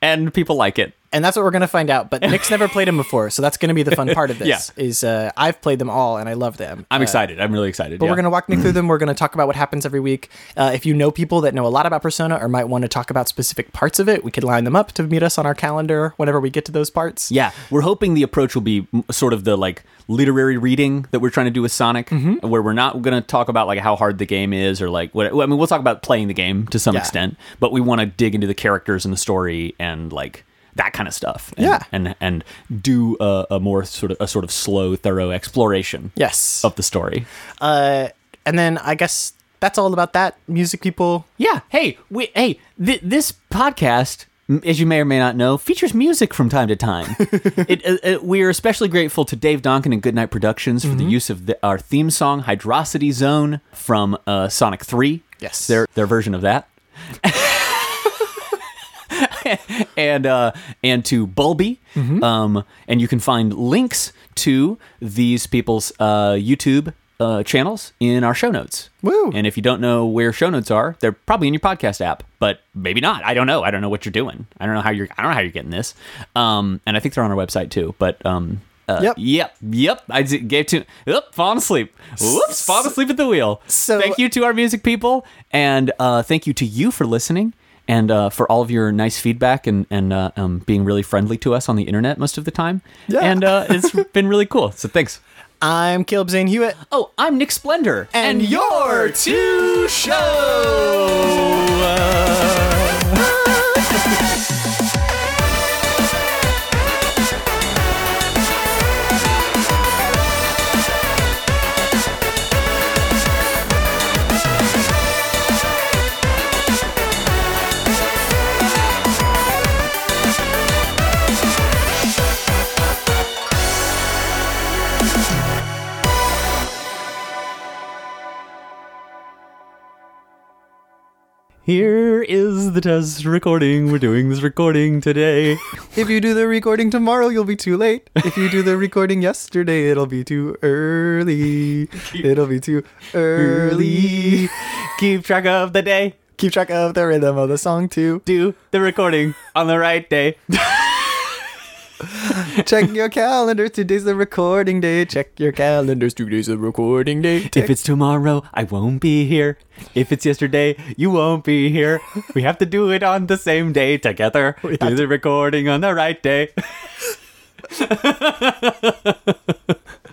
Speaker 2: and people like it
Speaker 1: and that's what we're gonna find out. But Nick's never played them before, so that's gonna be
Speaker 2: [LAUGHS]
Speaker 1: the fun part of this.
Speaker 2: Yeah.
Speaker 1: Is uh, I've played them all and I love them.
Speaker 2: I'm
Speaker 1: Uh,
Speaker 2: Mm-hmm. excited. I'm really excited.
Speaker 1: but we're gonna walk Nick through them. We're gonna talk about what happens every week. Uh, if you know people that know a lot about Persona or might want to talk about specific parts of it, we could line them up to meet us on our calendar whenever we get to those parts.
Speaker 2: Yeah, we're hoping the approach will be m- sort of the like literary reading that we're trying to do with Sonic,
Speaker 1: Mm-hmm.
Speaker 2: where we're not going to talk about like how hard the game is or like what. I mean, we'll talk about playing the game to some
Speaker 1: Yeah.
Speaker 2: extent, but we want to dig into the characters and the story and like that kind of stuff. And,
Speaker 1: Yeah.
Speaker 2: and and do a, a more sort of a sort of slow, thorough exploration
Speaker 1: Yes.
Speaker 2: of the story.
Speaker 1: Uh, and then I guess that's all about that. Music people.
Speaker 2: Yeah. Hey, we, hey, th- this podcast, m- as you may or may not know, features music from time to time. it, uh, uh, we are especially grateful to Dave Donkin and Goodnight Productions for the use of the, our theme song, Hydrosity Zone, from uh, Sonic 3.
Speaker 1: Yes.
Speaker 2: Their, their version of that. and uh, and to Bulby.
Speaker 1: Mm-hmm.
Speaker 2: Um, and you can find links to these people's uh, YouTube uh, channels in our show notes.
Speaker 1: Woo.
Speaker 2: And if you don't know where show notes are, they're probably in your podcast app, but maybe not. I don't know. I don't know what you're doing. I don't know how you're. I don't know how you're getting this. Um, and I think they're on our website too. But um, uh,
Speaker 1: Yep.
Speaker 2: yep, yep. I d- gave to. Oop, fallen asleep. Whoops, fallen asleep at the wheel.
Speaker 1: So-
Speaker 2: thank you to our music people, and uh, thank you to you for listening. And uh, for all of your nice feedback and and uh, um, being really friendly to us on the internet most of the time,
Speaker 1: Yeah.
Speaker 2: and uh, [LAUGHS] it's been really cool. So thanks.
Speaker 1: I'm Caleb Zane Hewitt.
Speaker 2: Oh, I'm Nick Splendor.
Speaker 1: And you're
Speaker 2: two [LAUGHS] show. Here is the test recording. We're doing this recording today.
Speaker 1: If you do the recording tomorrow, you'll be too late. If you do the recording yesterday, it'll be too early. It'll be too early.
Speaker 2: Keep track of the day.
Speaker 1: Keep track of the rhythm of the song too.
Speaker 2: Do the recording on the right day.
Speaker 1: Check your calendar. Today's the recording day. Check your calendars. Today's the recording day.
Speaker 2: If it's tomorrow, I won't be here. If it's yesterday, you won't be here. We have to do it on the same day together. Do the recording on the right day.